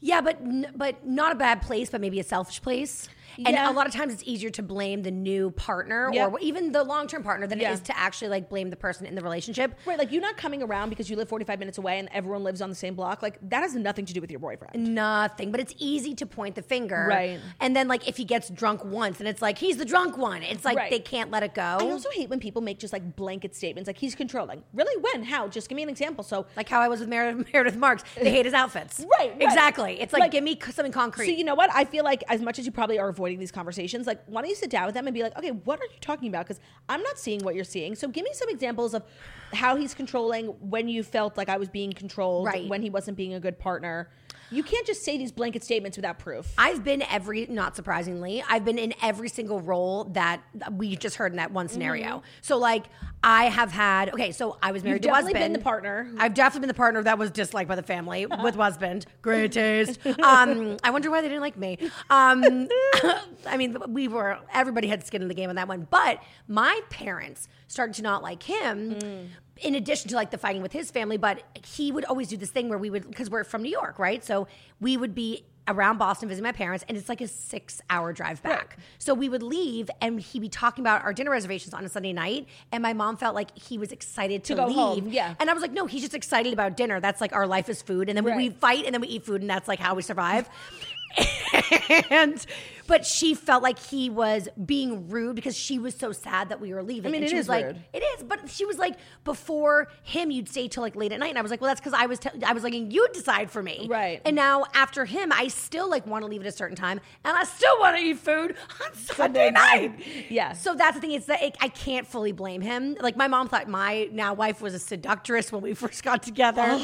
Speaker 3: Yeah, but n- but not a bad place, but maybe a selfish place. And
Speaker 2: Yeah.
Speaker 3: a lot of times it's easier to blame the new partner
Speaker 2: Yeah.
Speaker 3: or even the long term partner than
Speaker 2: Yeah.
Speaker 3: it is to actually like blame the person in the relationship.
Speaker 2: right like you not coming around because you live 45 minutes away and everyone lives on the same block like that has nothing to do with your boyfriend
Speaker 3: Nothing, but it's easy to point the finger.
Speaker 2: Right.
Speaker 3: And then like if he gets drunk once and it's like he's the drunk one, it's like
Speaker 2: Right.
Speaker 3: they can't let it go.
Speaker 2: i also hate when people make just like blanket statements like he's controlling really when how just give me an example so
Speaker 3: like how I was with Mer- Meredith [laughs] Marks, they hate his outfits.
Speaker 2: Right, right.
Speaker 3: Exactly. It's like,
Speaker 2: Like-
Speaker 3: give me c- something concrete.
Speaker 2: So you know what? I feel like as much as you probably are avoiding these conversations, like why don't you sit down with them and be like, okay, what are you talking about? Because I'm not seeing what you're seeing. So give me some examples of how he's controlling when you felt like I was being controlled,
Speaker 3: Right.
Speaker 2: when he wasn't being a good partner. You can't just say these blanket statements without proof.
Speaker 3: I've been every, not surprisingly, I've been in every single role that we just heard in that one scenario. So, like, I have had, okay, so I was
Speaker 2: Mm-hmm. You've
Speaker 3: married to a
Speaker 2: definitely
Speaker 3: husband.
Speaker 2: been the partner who-
Speaker 3: I've definitely been the partner that was disliked by the family
Speaker 2: Uh-huh.
Speaker 3: with husband.
Speaker 2: [laughs]
Speaker 3: Great taste. Um, I wonder why they didn't like me. Um, [laughs] I mean, we were, everybody had skin in the game on that one. But my parents started to not like him.
Speaker 2: Mm.
Speaker 3: In addition to like the fighting with his family, but he would always do this thing where we would, because we're from New York, right? So we would be around Boston visiting my parents, and it's like a six hour drive back. So we would leave, and he'd be talking about our dinner reservations on a Sunday night. And my mom felt like he was excited to,
Speaker 2: go
Speaker 3: leave.
Speaker 2: home, yeah.
Speaker 3: And I was like, no, he's just excited about dinner. That's like our life is food. And then we- we
Speaker 2: Right.
Speaker 3: fight, and then we eat food, and that's like how we survive. [laughs] and but she felt like he was being rude because she was so sad that we were leaving.
Speaker 2: I mean,
Speaker 3: and
Speaker 2: it
Speaker 3: she
Speaker 2: is
Speaker 3: was like,
Speaker 2: rude.
Speaker 3: it is, but she was like, before him, you'd stay till like late at night, and I was like, well, that's because I was, t- I was like, you decide for me,
Speaker 2: Right.
Speaker 3: And now after him, I still like want to leave at a certain time, and I still want to eat food on Sunday night.
Speaker 2: Yeah.
Speaker 3: So that's the thing. It's that it, I can't fully blame him. Like my mom thought my now wife was a seductress when we [laughs] first got together.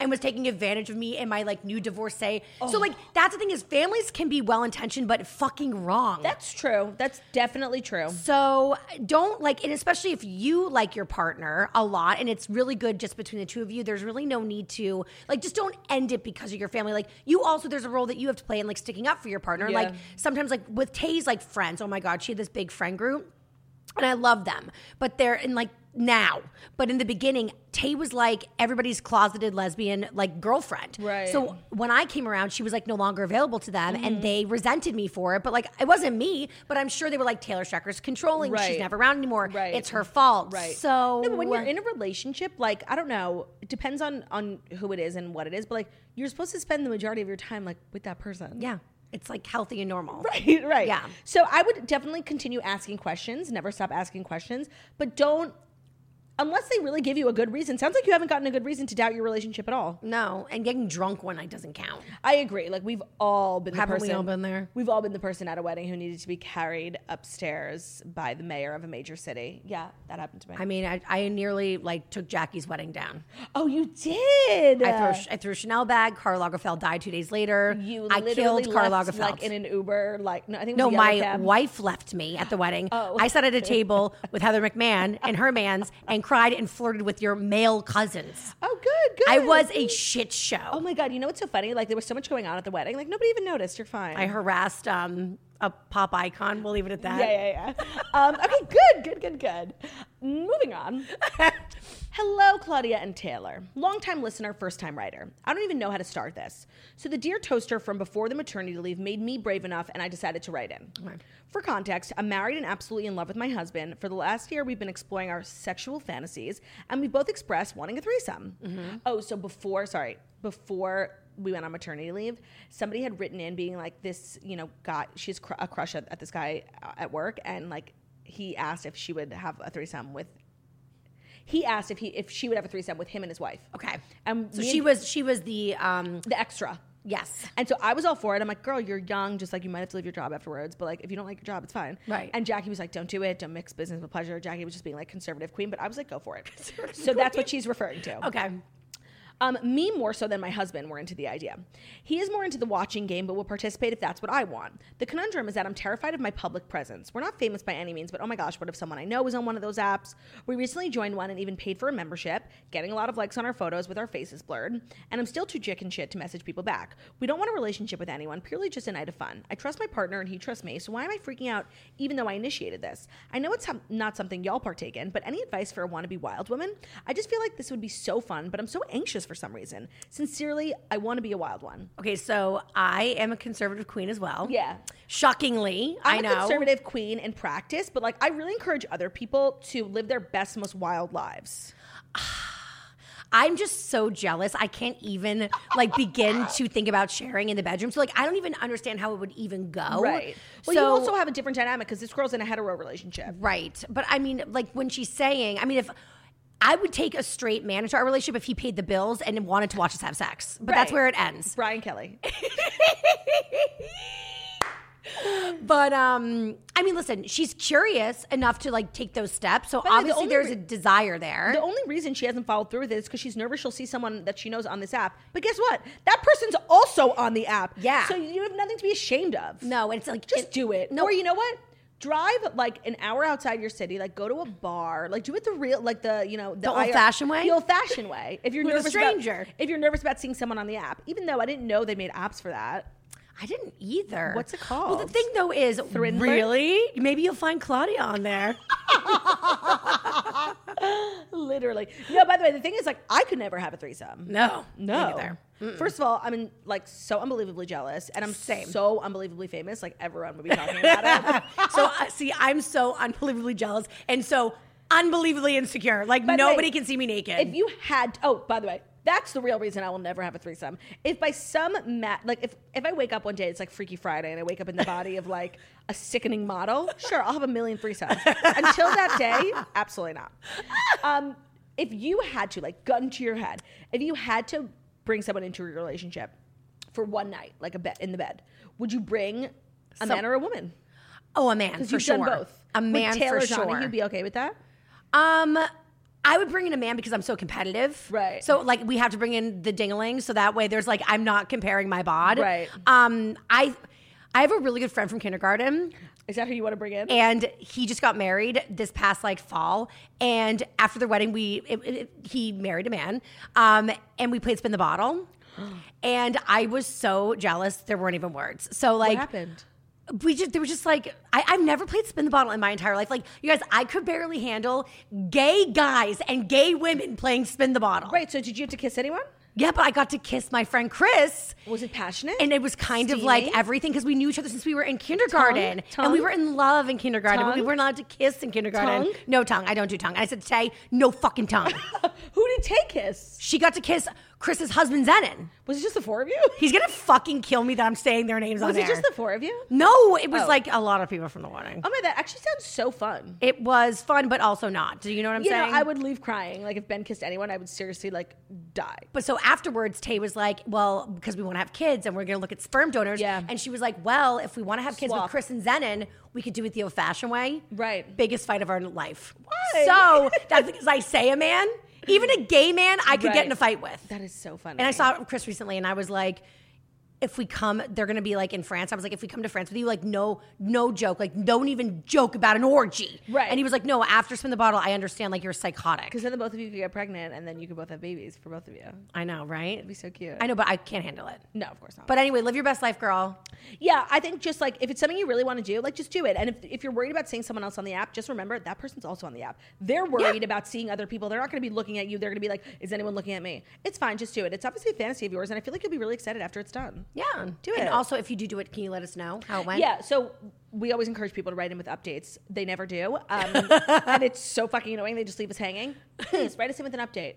Speaker 3: And was taking advantage of me and my like new divorcee. So like that's the thing is families can be well intentioned but fucking wrong.
Speaker 2: That's true. That's definitely true.
Speaker 3: So don't like, and especially if you like your partner a lot and it's really good just between the two of you, there's really no need to, like, just don't end it because of your family. Like, you also, there's a role that you have to play in, like, sticking up for your partner.
Speaker 2: Yeah.
Speaker 3: Like, sometimes, like, with Tay's, like, friends, oh my God, she had this big friend group and I love them, but they're in like, now, but in the beginning, Tay was like everybody's closeted lesbian like girlfriend.
Speaker 2: Right.
Speaker 3: So when I came around, she was like no longer available to them,
Speaker 2: Mm-hmm.
Speaker 3: and they resented me for it. But like, it wasn't me. But I'm sure they were like Taylor Strecker's controlling.
Speaker 2: Right.
Speaker 3: She's never around anymore.
Speaker 2: Right.
Speaker 3: It's her fault.
Speaker 2: Right.
Speaker 3: So
Speaker 2: No, but when you're in a relationship, like I don't know, it depends on on who it is and what it is, but like you're supposed to spend the majority of your time like with that person.
Speaker 3: yeah, it's like healthy and normal.
Speaker 2: Right, [laughs] right.
Speaker 3: Yeah.
Speaker 2: So I would definitely continue asking questions, never stop asking questions, but don't unless they really give you a good reason. Sounds like you haven't gotten a good reason to doubt your relationship at all.
Speaker 3: No, and getting drunk one night doesn't count.
Speaker 2: I agree. Like we've all been. The
Speaker 3: Haven't we
Speaker 2: person,
Speaker 3: all been there?
Speaker 2: We've all been the person at a wedding who needed to be carried upstairs by the mayor of a major city. Yeah, that happened to me.
Speaker 3: I mean, I, I nearly like took Jackie's wedding down.
Speaker 2: oh, you did.
Speaker 3: I threw I threw a Chanel bag. Karl Lagerfeld died two days later.
Speaker 2: you
Speaker 3: I
Speaker 2: literally
Speaker 3: killed Karl
Speaker 2: left,
Speaker 3: Lagerfeld.
Speaker 2: like in an Uber. Like no, I think it
Speaker 3: no,
Speaker 2: was a yellow
Speaker 3: my
Speaker 2: cab. Oh.
Speaker 3: wife left
Speaker 2: [laughs]
Speaker 3: me at the wedding. I sat at a table with Heather McMahon and her man's and cried and flirted with your male cousins.
Speaker 2: Oh, good, good.
Speaker 3: I was a shit show.
Speaker 2: Oh my god, you know what's so funny? Like there was so much going on at the wedding. Like nobody even noticed. You're fine.
Speaker 3: I harassed um, a pop icon. We'll leave it at that.
Speaker 2: Yeah, yeah, yeah. um, okay, good, good, good, good. Moving on. Hello, Claudia and Taylor. Longtime listener, first time writer. I don't even know how to start this. So, the Dear Toaster from before the maternity leave made me brave enough, and I decided to write in. For context, I'm married and absolutely in love with my husband. For the last year, we've been exploring our sexual fantasies, and we both expressed wanting a threesome. Oh, so before, sorry, before we went on maternity leave, somebody had written in being like, "This, you know, got she's cr- a crush at, at this guy uh, at work," and like he asked if she would have a threesome with. He asked if he if she would have a threesome with him and his wife.
Speaker 3: Okay.
Speaker 2: and
Speaker 3: so
Speaker 2: me
Speaker 3: she
Speaker 2: and-
Speaker 3: was she was the um,
Speaker 2: the extra.
Speaker 3: yes.
Speaker 2: And so I was all for it. I'm like, girl, you're young. Just like you might have to leave your job afterwards, but like if you don't like your job, it's fine.
Speaker 3: Right.
Speaker 2: And Jackie was like, don't do it. Don't mix business with pleasure. Jackie was just being like conservative queen, but I was like, go
Speaker 3: [laughs]
Speaker 2: for it. so that's what she's referring to.
Speaker 3: Okay.
Speaker 2: Um, me more so than my husband were into the idea. He is more into the watching game, but will participate if that's what I want. The conundrum is that I'm terrified of my public presence. We're not famous by any means, but oh my gosh, what if someone I know is on one of those apps? We recently joined one and even paid for a membership, getting a lot of likes on our photos with our faces blurred, and I'm still too chicken shit to message people back. We don't want a relationship with anyone, purely just a night of fun. I trust my partner and he trusts me, so why am I freaking out even though I initiated this? I know it's some- not something y'all partake in, but any advice for a wannabe wild woman? I just feel like this would be so fun, but I'm so anxious for some reason. Sincerely, I want to be a wild one.
Speaker 3: Okay, so I am a conservative queen as well.
Speaker 2: Yeah.
Speaker 3: Shockingly,
Speaker 2: I'm
Speaker 3: I know.
Speaker 2: a conservative queen in practice, but like I really encourage other people to live their best, most wild lives.
Speaker 3: I'm just so jealous. I can't even like begin to think about sharing in the bedroom. So like I don't even understand how it would even go.
Speaker 2: Well,
Speaker 3: Oh, so,
Speaker 2: you also have a different dynamic because this girl's in a hetero relationship.
Speaker 3: right. But I mean, like when she's saying, I mean, if I would take a straight man into our relationship if he paid the bills and wanted to watch us have sex. But that's
Speaker 2: Right.
Speaker 3: where it ends.
Speaker 2: Brian Kelly.
Speaker 3: But um I mean, listen, she's curious enough to like take those steps. So
Speaker 2: the
Speaker 3: obviously
Speaker 2: only
Speaker 3: there's
Speaker 2: re-
Speaker 3: a desire there.
Speaker 2: The only reason she hasn't followed through with it is because she's nervous she'll see someone that she knows on this app. But guess what? That person's also on the app.
Speaker 3: Yeah.
Speaker 2: So you have nothing to be ashamed of.
Speaker 3: no, it's like
Speaker 2: Just do it.
Speaker 3: No,
Speaker 2: Or you know what? Drive like an hour outside your city. Like go to a bar. Like do it the real, like the you know the, IR
Speaker 3: old-fashioned way?
Speaker 2: The old fashioned way. If you're
Speaker 3: With a
Speaker 2: nervous
Speaker 3: stranger.
Speaker 2: about, if you're nervous about seeing someone on the app, even though I didn't know they made apps for that. [laughs]
Speaker 3: I didn't either.
Speaker 2: What's it
Speaker 3: Well, the
Speaker 2: called?
Speaker 3: thing though is,
Speaker 2: Thrindler?
Speaker 3: really, maybe you'll find Claudia on there.
Speaker 2: Literally. No. By the way, the thing is, like, I could never have a threesome.
Speaker 3: No,
Speaker 2: No.
Speaker 3: me neither.
Speaker 2: First of all, I'm in, like so unbelievably jealous, and I'm so unbelievably famous. Like everyone would be talking about it.
Speaker 3: So uh, see, I'm so unbelievably jealous and so unbelievably insecure. Like
Speaker 2: By the way,
Speaker 3: nobody can see me naked.
Speaker 2: If you had, oh, by the way, that's the real reason I will never have a threesome. If by some ma- like if if I wake up one day, it's like Freaky Friday, and I wake up in the body of like a sickening model. Sure, I'll have a million threesomes. Until that day, absolutely not. Um, if you had to, like, gun to your head, if you had to bring someone into your relationship for one night, like a bed in the bed, would you bring a man or a woman?
Speaker 3: oh, a man
Speaker 2: Because
Speaker 3: for
Speaker 2: you've
Speaker 3: sure.
Speaker 2: done both.
Speaker 3: A
Speaker 2: Would
Speaker 3: man
Speaker 2: Taylor
Speaker 3: for sure.
Speaker 2: Donahue be okay with that?
Speaker 3: um. I would bring in a man because I'm so competitive.
Speaker 2: Right.
Speaker 3: So like we have to bring in the dingaling so that way there's like I'm not comparing my bod.
Speaker 2: Right.
Speaker 3: Um I I have a really good friend from kindergarten
Speaker 2: Is that who you want to bring in?
Speaker 3: and he just got married this past like fall and after the wedding we it, it- he married a man um, and we played spin
Speaker 2: [gasps]
Speaker 3: the bottle and i was so jealous there weren't even words so like
Speaker 2: what happened?
Speaker 3: we just they were just like I, i've never played spin the bottle in my entire life like you guys i could barely handle gay guys and gay women playing spin the bottle
Speaker 2: Right. So did you have to kiss anyone?
Speaker 3: yeah but i got to kiss my friend chris
Speaker 2: Was it passionate?
Speaker 3: and it was kind of like
Speaker 2: Steamy?
Speaker 3: everything because we knew each other since we were in kindergarten,
Speaker 2: Tongue?
Speaker 3: and we were in love in kindergarten, but we
Speaker 2: Tongue?
Speaker 3: weren't allowed to kiss in kindergarten.
Speaker 2: Tongue? [laughs]
Speaker 3: No tongue. I don't do tongue. And I said, "Tay, no fucking tongue."
Speaker 2: who did Tay kiss?
Speaker 3: she got to kiss Chris's husband Zenon.
Speaker 2: Was it just the four of you?
Speaker 3: He's gonna fucking kill me that I'm saying their names
Speaker 2: Was
Speaker 3: on
Speaker 2: it
Speaker 3: air.
Speaker 2: just the four of you?
Speaker 3: no, it was
Speaker 2: Oh.
Speaker 3: like a lot of people from the wedding.
Speaker 2: Oh my, that actually sounds so fun.
Speaker 3: It was fun, but also not. Do you know what I'm
Speaker 2: You
Speaker 3: saying?
Speaker 2: know, I would leave crying. Like if Ben kissed anyone, I would seriously like die.
Speaker 3: But so afterwards, Tay was like, "Well, because we want to have kids, and we're going to look at sperm donors."
Speaker 2: Yeah.
Speaker 3: And she was like, "Well, if we want to have kids
Speaker 2: Swap.
Speaker 3: with Chris and Zenon, we could do it the old-fashioned way."
Speaker 2: Right.
Speaker 3: Biggest fight of our life.
Speaker 2: Why?
Speaker 3: So that's because I say a man, even a gay man, I could get
Speaker 2: Right.
Speaker 3: in a fight with.
Speaker 2: That is so funny.
Speaker 3: And I saw it with Chris recently, and I was like, if we come, they're gonna be like in France. I was like, if we come to France with you, like no, no joke, like don't even joke about an orgy.
Speaker 2: Right.
Speaker 3: And he was like, no, after spin the bottle, I understand, like you're psychotic.
Speaker 2: because then the both of you could get pregnant, and then you could both have babies for both of you. It'd
Speaker 3: I know, right?
Speaker 2: be so cute.
Speaker 3: I know, but I can't handle it.
Speaker 2: No, of course not.
Speaker 3: But anyway, live your best life, girl.
Speaker 2: yeah, I think just like if it's something you really want to do, like just do it. And if, if you're worried about seeing someone else on the app, just remember that person's also on the app. They're worried about seeing other people. They're not going to be looking at you. They're going to be like, is anyone looking at me? It's fine. Just do it. It's obviously a fantasy of yours, and I feel like you'll be really excited after it's done.
Speaker 3: Yeah, do it. And also, if you do do it, can you let us know how it went?
Speaker 2: Yeah, so we always encourage people to write in with updates. They never do. Um, and it's so fucking annoying. They just leave us hanging. Please write us in with an update.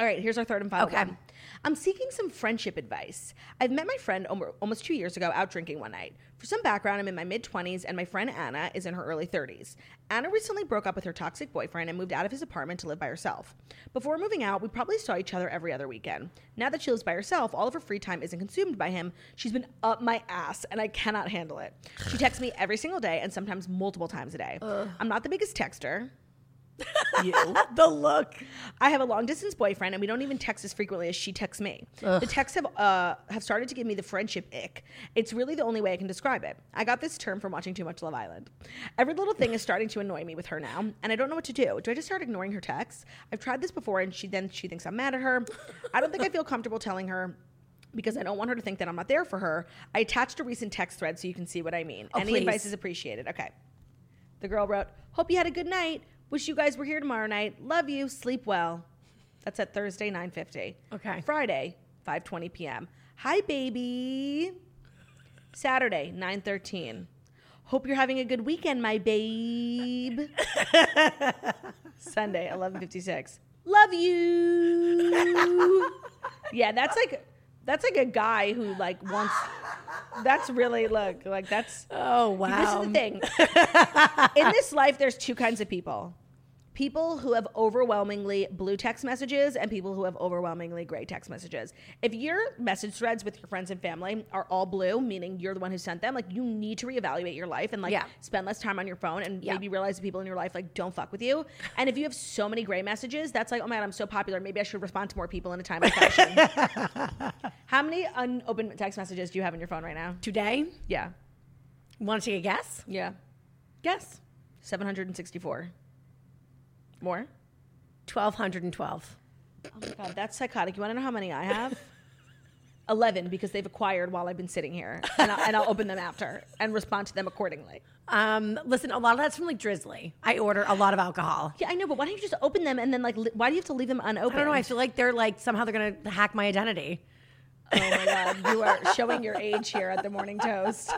Speaker 2: All right, here's our third and final
Speaker 3: Okay.
Speaker 2: one. I'm seeking some friendship advice. I've met my friend almo- almost two years ago out drinking one night. For some background, I'm in my mid 20s and my friend Anna is in her early 30s. Anna recently broke up with her toxic boyfriend and moved out of his apartment to live by herself. Before moving out, we probably saw each other every other weekend. Now that she lives by herself, all of her free time isn't consumed by him. She's been up my ass and I cannot handle it. She texts me every single day and sometimes multiple times a day. I'm not the biggest texter.
Speaker 3: [laughs] the look.
Speaker 2: I have a long distance boyfriend, and we don't even text as frequently as she texts me. The texts have uh, have started to give me the friendship ick. It's really the only way I can describe it. I got this term from watching too much Love Island. Every little thing is starting to annoy me with her now, and I don't know what to do. Do I just start ignoring her texts? I've tried this before, and she then she thinks I'm mad at her. I don't think I feel comfortable telling her. Because I don't want her to think that I'm not there for her. I attached a recent text thread so you can see what I mean. Any
Speaker 3: Oh, please.
Speaker 2: advice is appreciated. Okay. The girl wrote, Hope you had a good night. Wish you guys were here tomorrow night. Love you. Sleep well. That's at Thursday, 9.50.
Speaker 3: Okay.
Speaker 2: Friday, 5.20 p.m. Hi, baby. Saturday, 9.13. Hope you're having a good weekend, my babe. Sunday, 11.56. Love you. yeah, that's like... That's like a guy who like wants. That's really look like that's
Speaker 3: Oh wow.
Speaker 2: this is the thing.
Speaker 3: [laughs]
Speaker 2: In this life, there's two kinds of people people who have overwhelmingly blue text messages and people who have overwhelmingly gray text messages. If your message threads with your friends and family are all blue, meaning you're the one who sent them, like you need to reevaluate your life and like
Speaker 3: Yeah.
Speaker 2: spend less time on your phone and
Speaker 3: Yeah.
Speaker 2: maybe realize the people in your life like don't fuck with you. And if you have so many gray messages, that's like, oh my god, I'm so popular. Maybe I should respond to more people in a timely fashion.
Speaker 3: [laughs]
Speaker 2: How many unopened text messages do you have on your phone right now?
Speaker 3: Today,
Speaker 2: Yeah.
Speaker 3: want to take a guess?
Speaker 2: Yeah.
Speaker 3: Guess.
Speaker 2: 764. More?
Speaker 3: Twelve hundred and twelve.
Speaker 2: Oh my God, that's psychotic. You want to know how many I [laughs] have? 11 because they've acquired while I've been sitting here. And I'll, and I'll open them after and respond to them accordingly.
Speaker 3: Um, listen, a lot of that's from like Drizzly. I order a lot of alcohol.
Speaker 2: Yeah, I know, but why don't you just open them and then, like, li- why do you have to leave them unopened?
Speaker 3: I don't know. I feel like they're like somehow they're gonna hack my identity.
Speaker 2: Oh my God, you are showing your age here at the Morning Toast.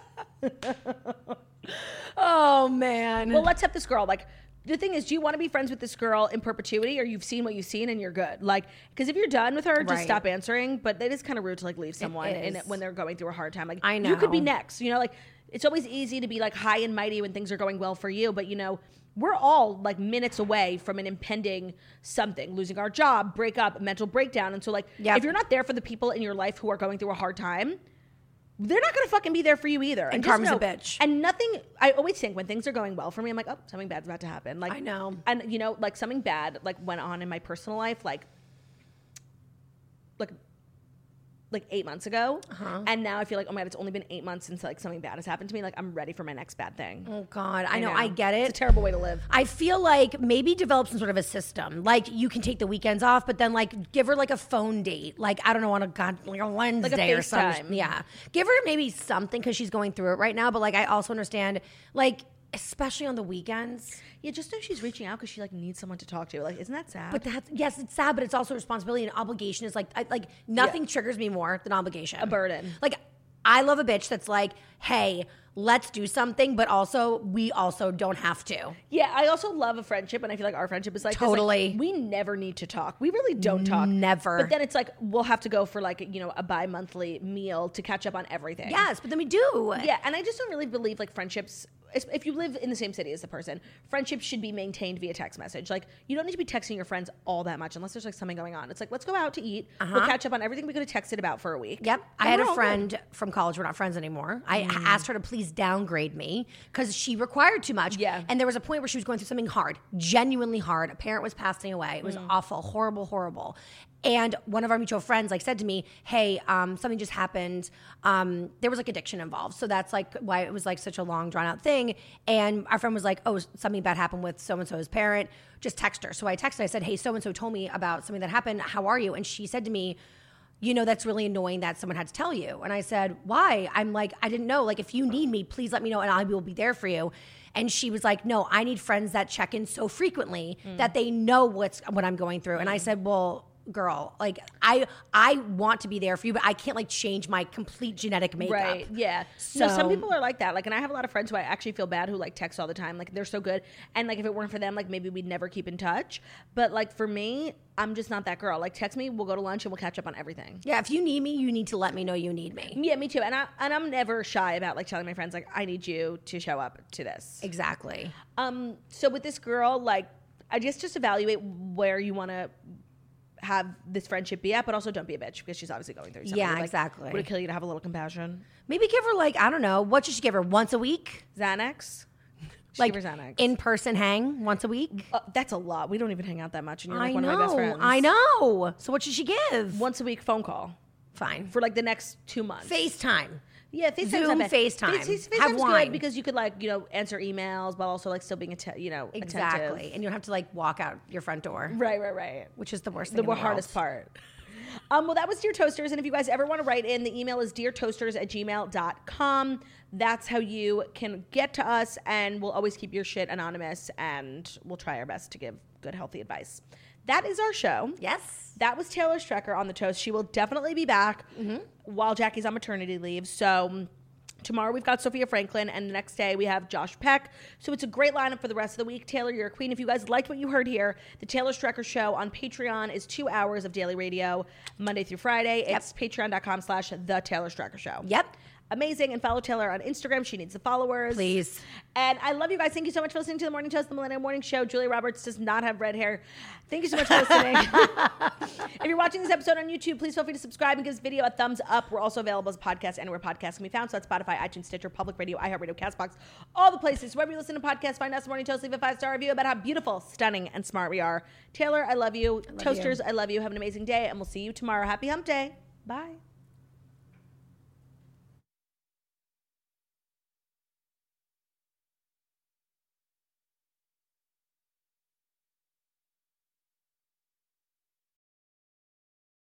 Speaker 3: Oh man.
Speaker 2: Well, let's help this girl. Like, the thing is, do you want to be friends with this girl in perpetuity or you've seen what you've seen and you're good? Like, because if you're done with her, just
Speaker 3: Right.
Speaker 2: stop answering. But it is kind of rude to, like, leave someone in
Speaker 3: is.
Speaker 2: when they're going through a hard time. Like,
Speaker 3: I
Speaker 2: You could be
Speaker 3: know.
Speaker 2: next. You know, like, it's always easy to be, like, high and mighty when things are going well for you. But, you know, we're all like minutes away from an impending something, losing our job, break up, mental breakdown. And so, like,
Speaker 3: Yep.
Speaker 2: if you're not there for the people in your life who are going through a hard time, they're not gonna fucking be there for you either. And, just
Speaker 3: karma's a
Speaker 2: know-
Speaker 3: bitch.
Speaker 2: And nothing. I always think when things are going well for me, I'm like, oh, something bad's about to happen. Like
Speaker 3: I know.
Speaker 2: And you know, like something bad like went on in my personal life, like, like, like eight months ago.
Speaker 3: Uh-huh.
Speaker 2: And now I feel like, oh my god, it's only been eight months since like something bad has happened to me. Like I'm ready for my next bad thing.
Speaker 3: oh god. I, know. I get it.
Speaker 2: It's a terrible way to live.
Speaker 3: I feel like maybe develop some sort of a system. Like you can take the weekends off, but then like give her like a phone date. Like I don't know on a god like a Wednesday or something.
Speaker 2: FaceTime.
Speaker 3: Yeah, give her maybe something because she's going through it right now. But like I also understand like especially on the weekends.
Speaker 2: Yeah, just know she's reaching out because she like needs someone to talk to. Like, isn't that sad?
Speaker 3: But that's yes, it's sad, but it's also a responsibility and obligation. Is like I, like nothing triggers me more than obligation. A
Speaker 2: burden.
Speaker 3: Like I love a bitch that's like, hey, let's do something, but also we also don't have to.
Speaker 2: Yeah, I also love a friendship, and I feel like our friendship is like this, like,
Speaker 3: Totally.
Speaker 2: we never need to talk. We really don't talk.
Speaker 3: Never.
Speaker 2: But then it's like we'll have to go for like you know a bi-monthly meal to catch up on everything.
Speaker 3: Yes, but then we do.
Speaker 2: Yeah, and I just don't really believe like friendships. if- If you live in the same city as the person, friendships should be maintained via text message. Like you don't need to be texting your friends all that much unless there's like something going on. It's like let's go out to eat. We'll catch up on everything we could have texted about for a week.
Speaker 3: Uh-huh. Yep. I
Speaker 2: And
Speaker 3: had
Speaker 2: we're
Speaker 3: a
Speaker 2: all good. Mm.
Speaker 3: friend from college. We're not friends anymore. I asked her to please downgrade me because she required too much.
Speaker 2: Yeah.
Speaker 3: And there was a point where she was going through something hard, genuinely hard. A parent was passing away. It was
Speaker 2: Mm.
Speaker 3: awful, horrible, horrible. And one of our mutual friends like said to me, "Hey, um, something just happened. Um, there was like addiction involved, so that's like why it was like such a long drawn out thing." And our friend was like, "Oh, something bad happened with so and so's parent. Just text her." So I texted. I said, "Hey, so and so told me about something that happened. How are you?" And she said to me you know that's really annoying that someone had to tell you and i said why i'm like i didn't know like if you need me please let me know and i will be there for you and she was like no i need friends that check in so frequently
Speaker 2: Hmm.
Speaker 3: that they know what's what i'm going through and i said well girl like i i want to be there for you but i can't like change my complete genetic makeup
Speaker 2: Right. Yeah. So some
Speaker 3: So-
Speaker 2: people are like that. Like, and I have a lot of friends who I actually feel bad who like text all the time. Like they're so good, and like if it weren't for them, like maybe we'd never keep in touch. But like for me, I'm just not that girl. Like text me, we'll go to lunch and we'll catch up on everything.
Speaker 3: yeah if you need me you need to let me know you need me
Speaker 2: Yeah, me too. And I and I'm never shy about like telling my friends like I need you to show up to this.
Speaker 3: exactly
Speaker 2: Um. So with this girl, like I just just evaluate where you want to have this friendship be at, but also don't be a bitch because she's obviously going through something.
Speaker 3: Yeah,
Speaker 2: Like,
Speaker 3: exactly.
Speaker 2: Would it kill you to have a little compassion?
Speaker 3: maybe give her like i don't know what should she give her once a week [laughs]
Speaker 2: Xanax. Just
Speaker 3: like
Speaker 2: give her Xanax.
Speaker 3: in person hang once a week
Speaker 2: Uh, that's a lot. We don't even hang out that much, and you're like one
Speaker 3: know.
Speaker 2: of my best friends.
Speaker 3: I know. So what should she give?
Speaker 2: Once a week phone call
Speaker 3: Fine.
Speaker 2: for like the next two months.
Speaker 3: FaceTime.
Speaker 2: yeah, FaceTime's
Speaker 3: Zoom,
Speaker 2: not bad.
Speaker 3: FaceTime.
Speaker 2: Face-
Speaker 3: Have
Speaker 2: FaceTime's
Speaker 3: wine.
Speaker 2: good because you could like you know answer emails, but also like still being atten- you know
Speaker 3: Exactly.
Speaker 2: attentive.
Speaker 3: And you don't have to like walk out your front door,
Speaker 2: Right, right, right.
Speaker 3: which is the worst
Speaker 2: the
Speaker 3: thing. in the
Speaker 2: hardest
Speaker 3: world.
Speaker 2: part. Um, well, that was Dear Toasters. And if you guys ever want to write in, the email is deartoasters at gmail.com. That's how you can get to us, and we'll always keep your shit anonymous, and we'll try our best to give good, healthy advice. That is our show.
Speaker 3: Yes.
Speaker 2: That was Taylor Strecker on the toast. She will definitely be back while Jackie's on maternity leave. So um, tomorrow we've got Sophia Franklin, and the next day we have Josh Peck. So it's a great lineup for the rest of the week. Taylor, you're a queen. If you guys liked what you heard here, the Taylor Strecker Show on Patreon is two hours of daily radio, Monday through Friday. It's patreon.com slash the Taylor Strecker Show.
Speaker 3: Yep.
Speaker 2: Amazing. And follow Taylor on Instagram. She needs the followers.
Speaker 3: Please.
Speaker 2: And I love you guys. Thank you so much for listening to the Morning Toast, the Millennium Morning Show. Julia Roberts does not have red hair. Thank you so much for listening. [laughs] if you're watching this episode on YouTube, please feel free to subscribe and give this video a thumbs up. We're also available as a podcast anywhere podcasts can be found. So that's Spotify, iTunes, Stitcher, Public Radio, iHeartRadio, CastBox, all the places. Wherever you listen to podcasts, find us Morning Toast. Leave a five star review about how beautiful, stunning, and smart we are. Taylor, I love you. Toasters, I love you. Have an amazing day, and we'll see you tomorrow. Happy Hump Day. Bye.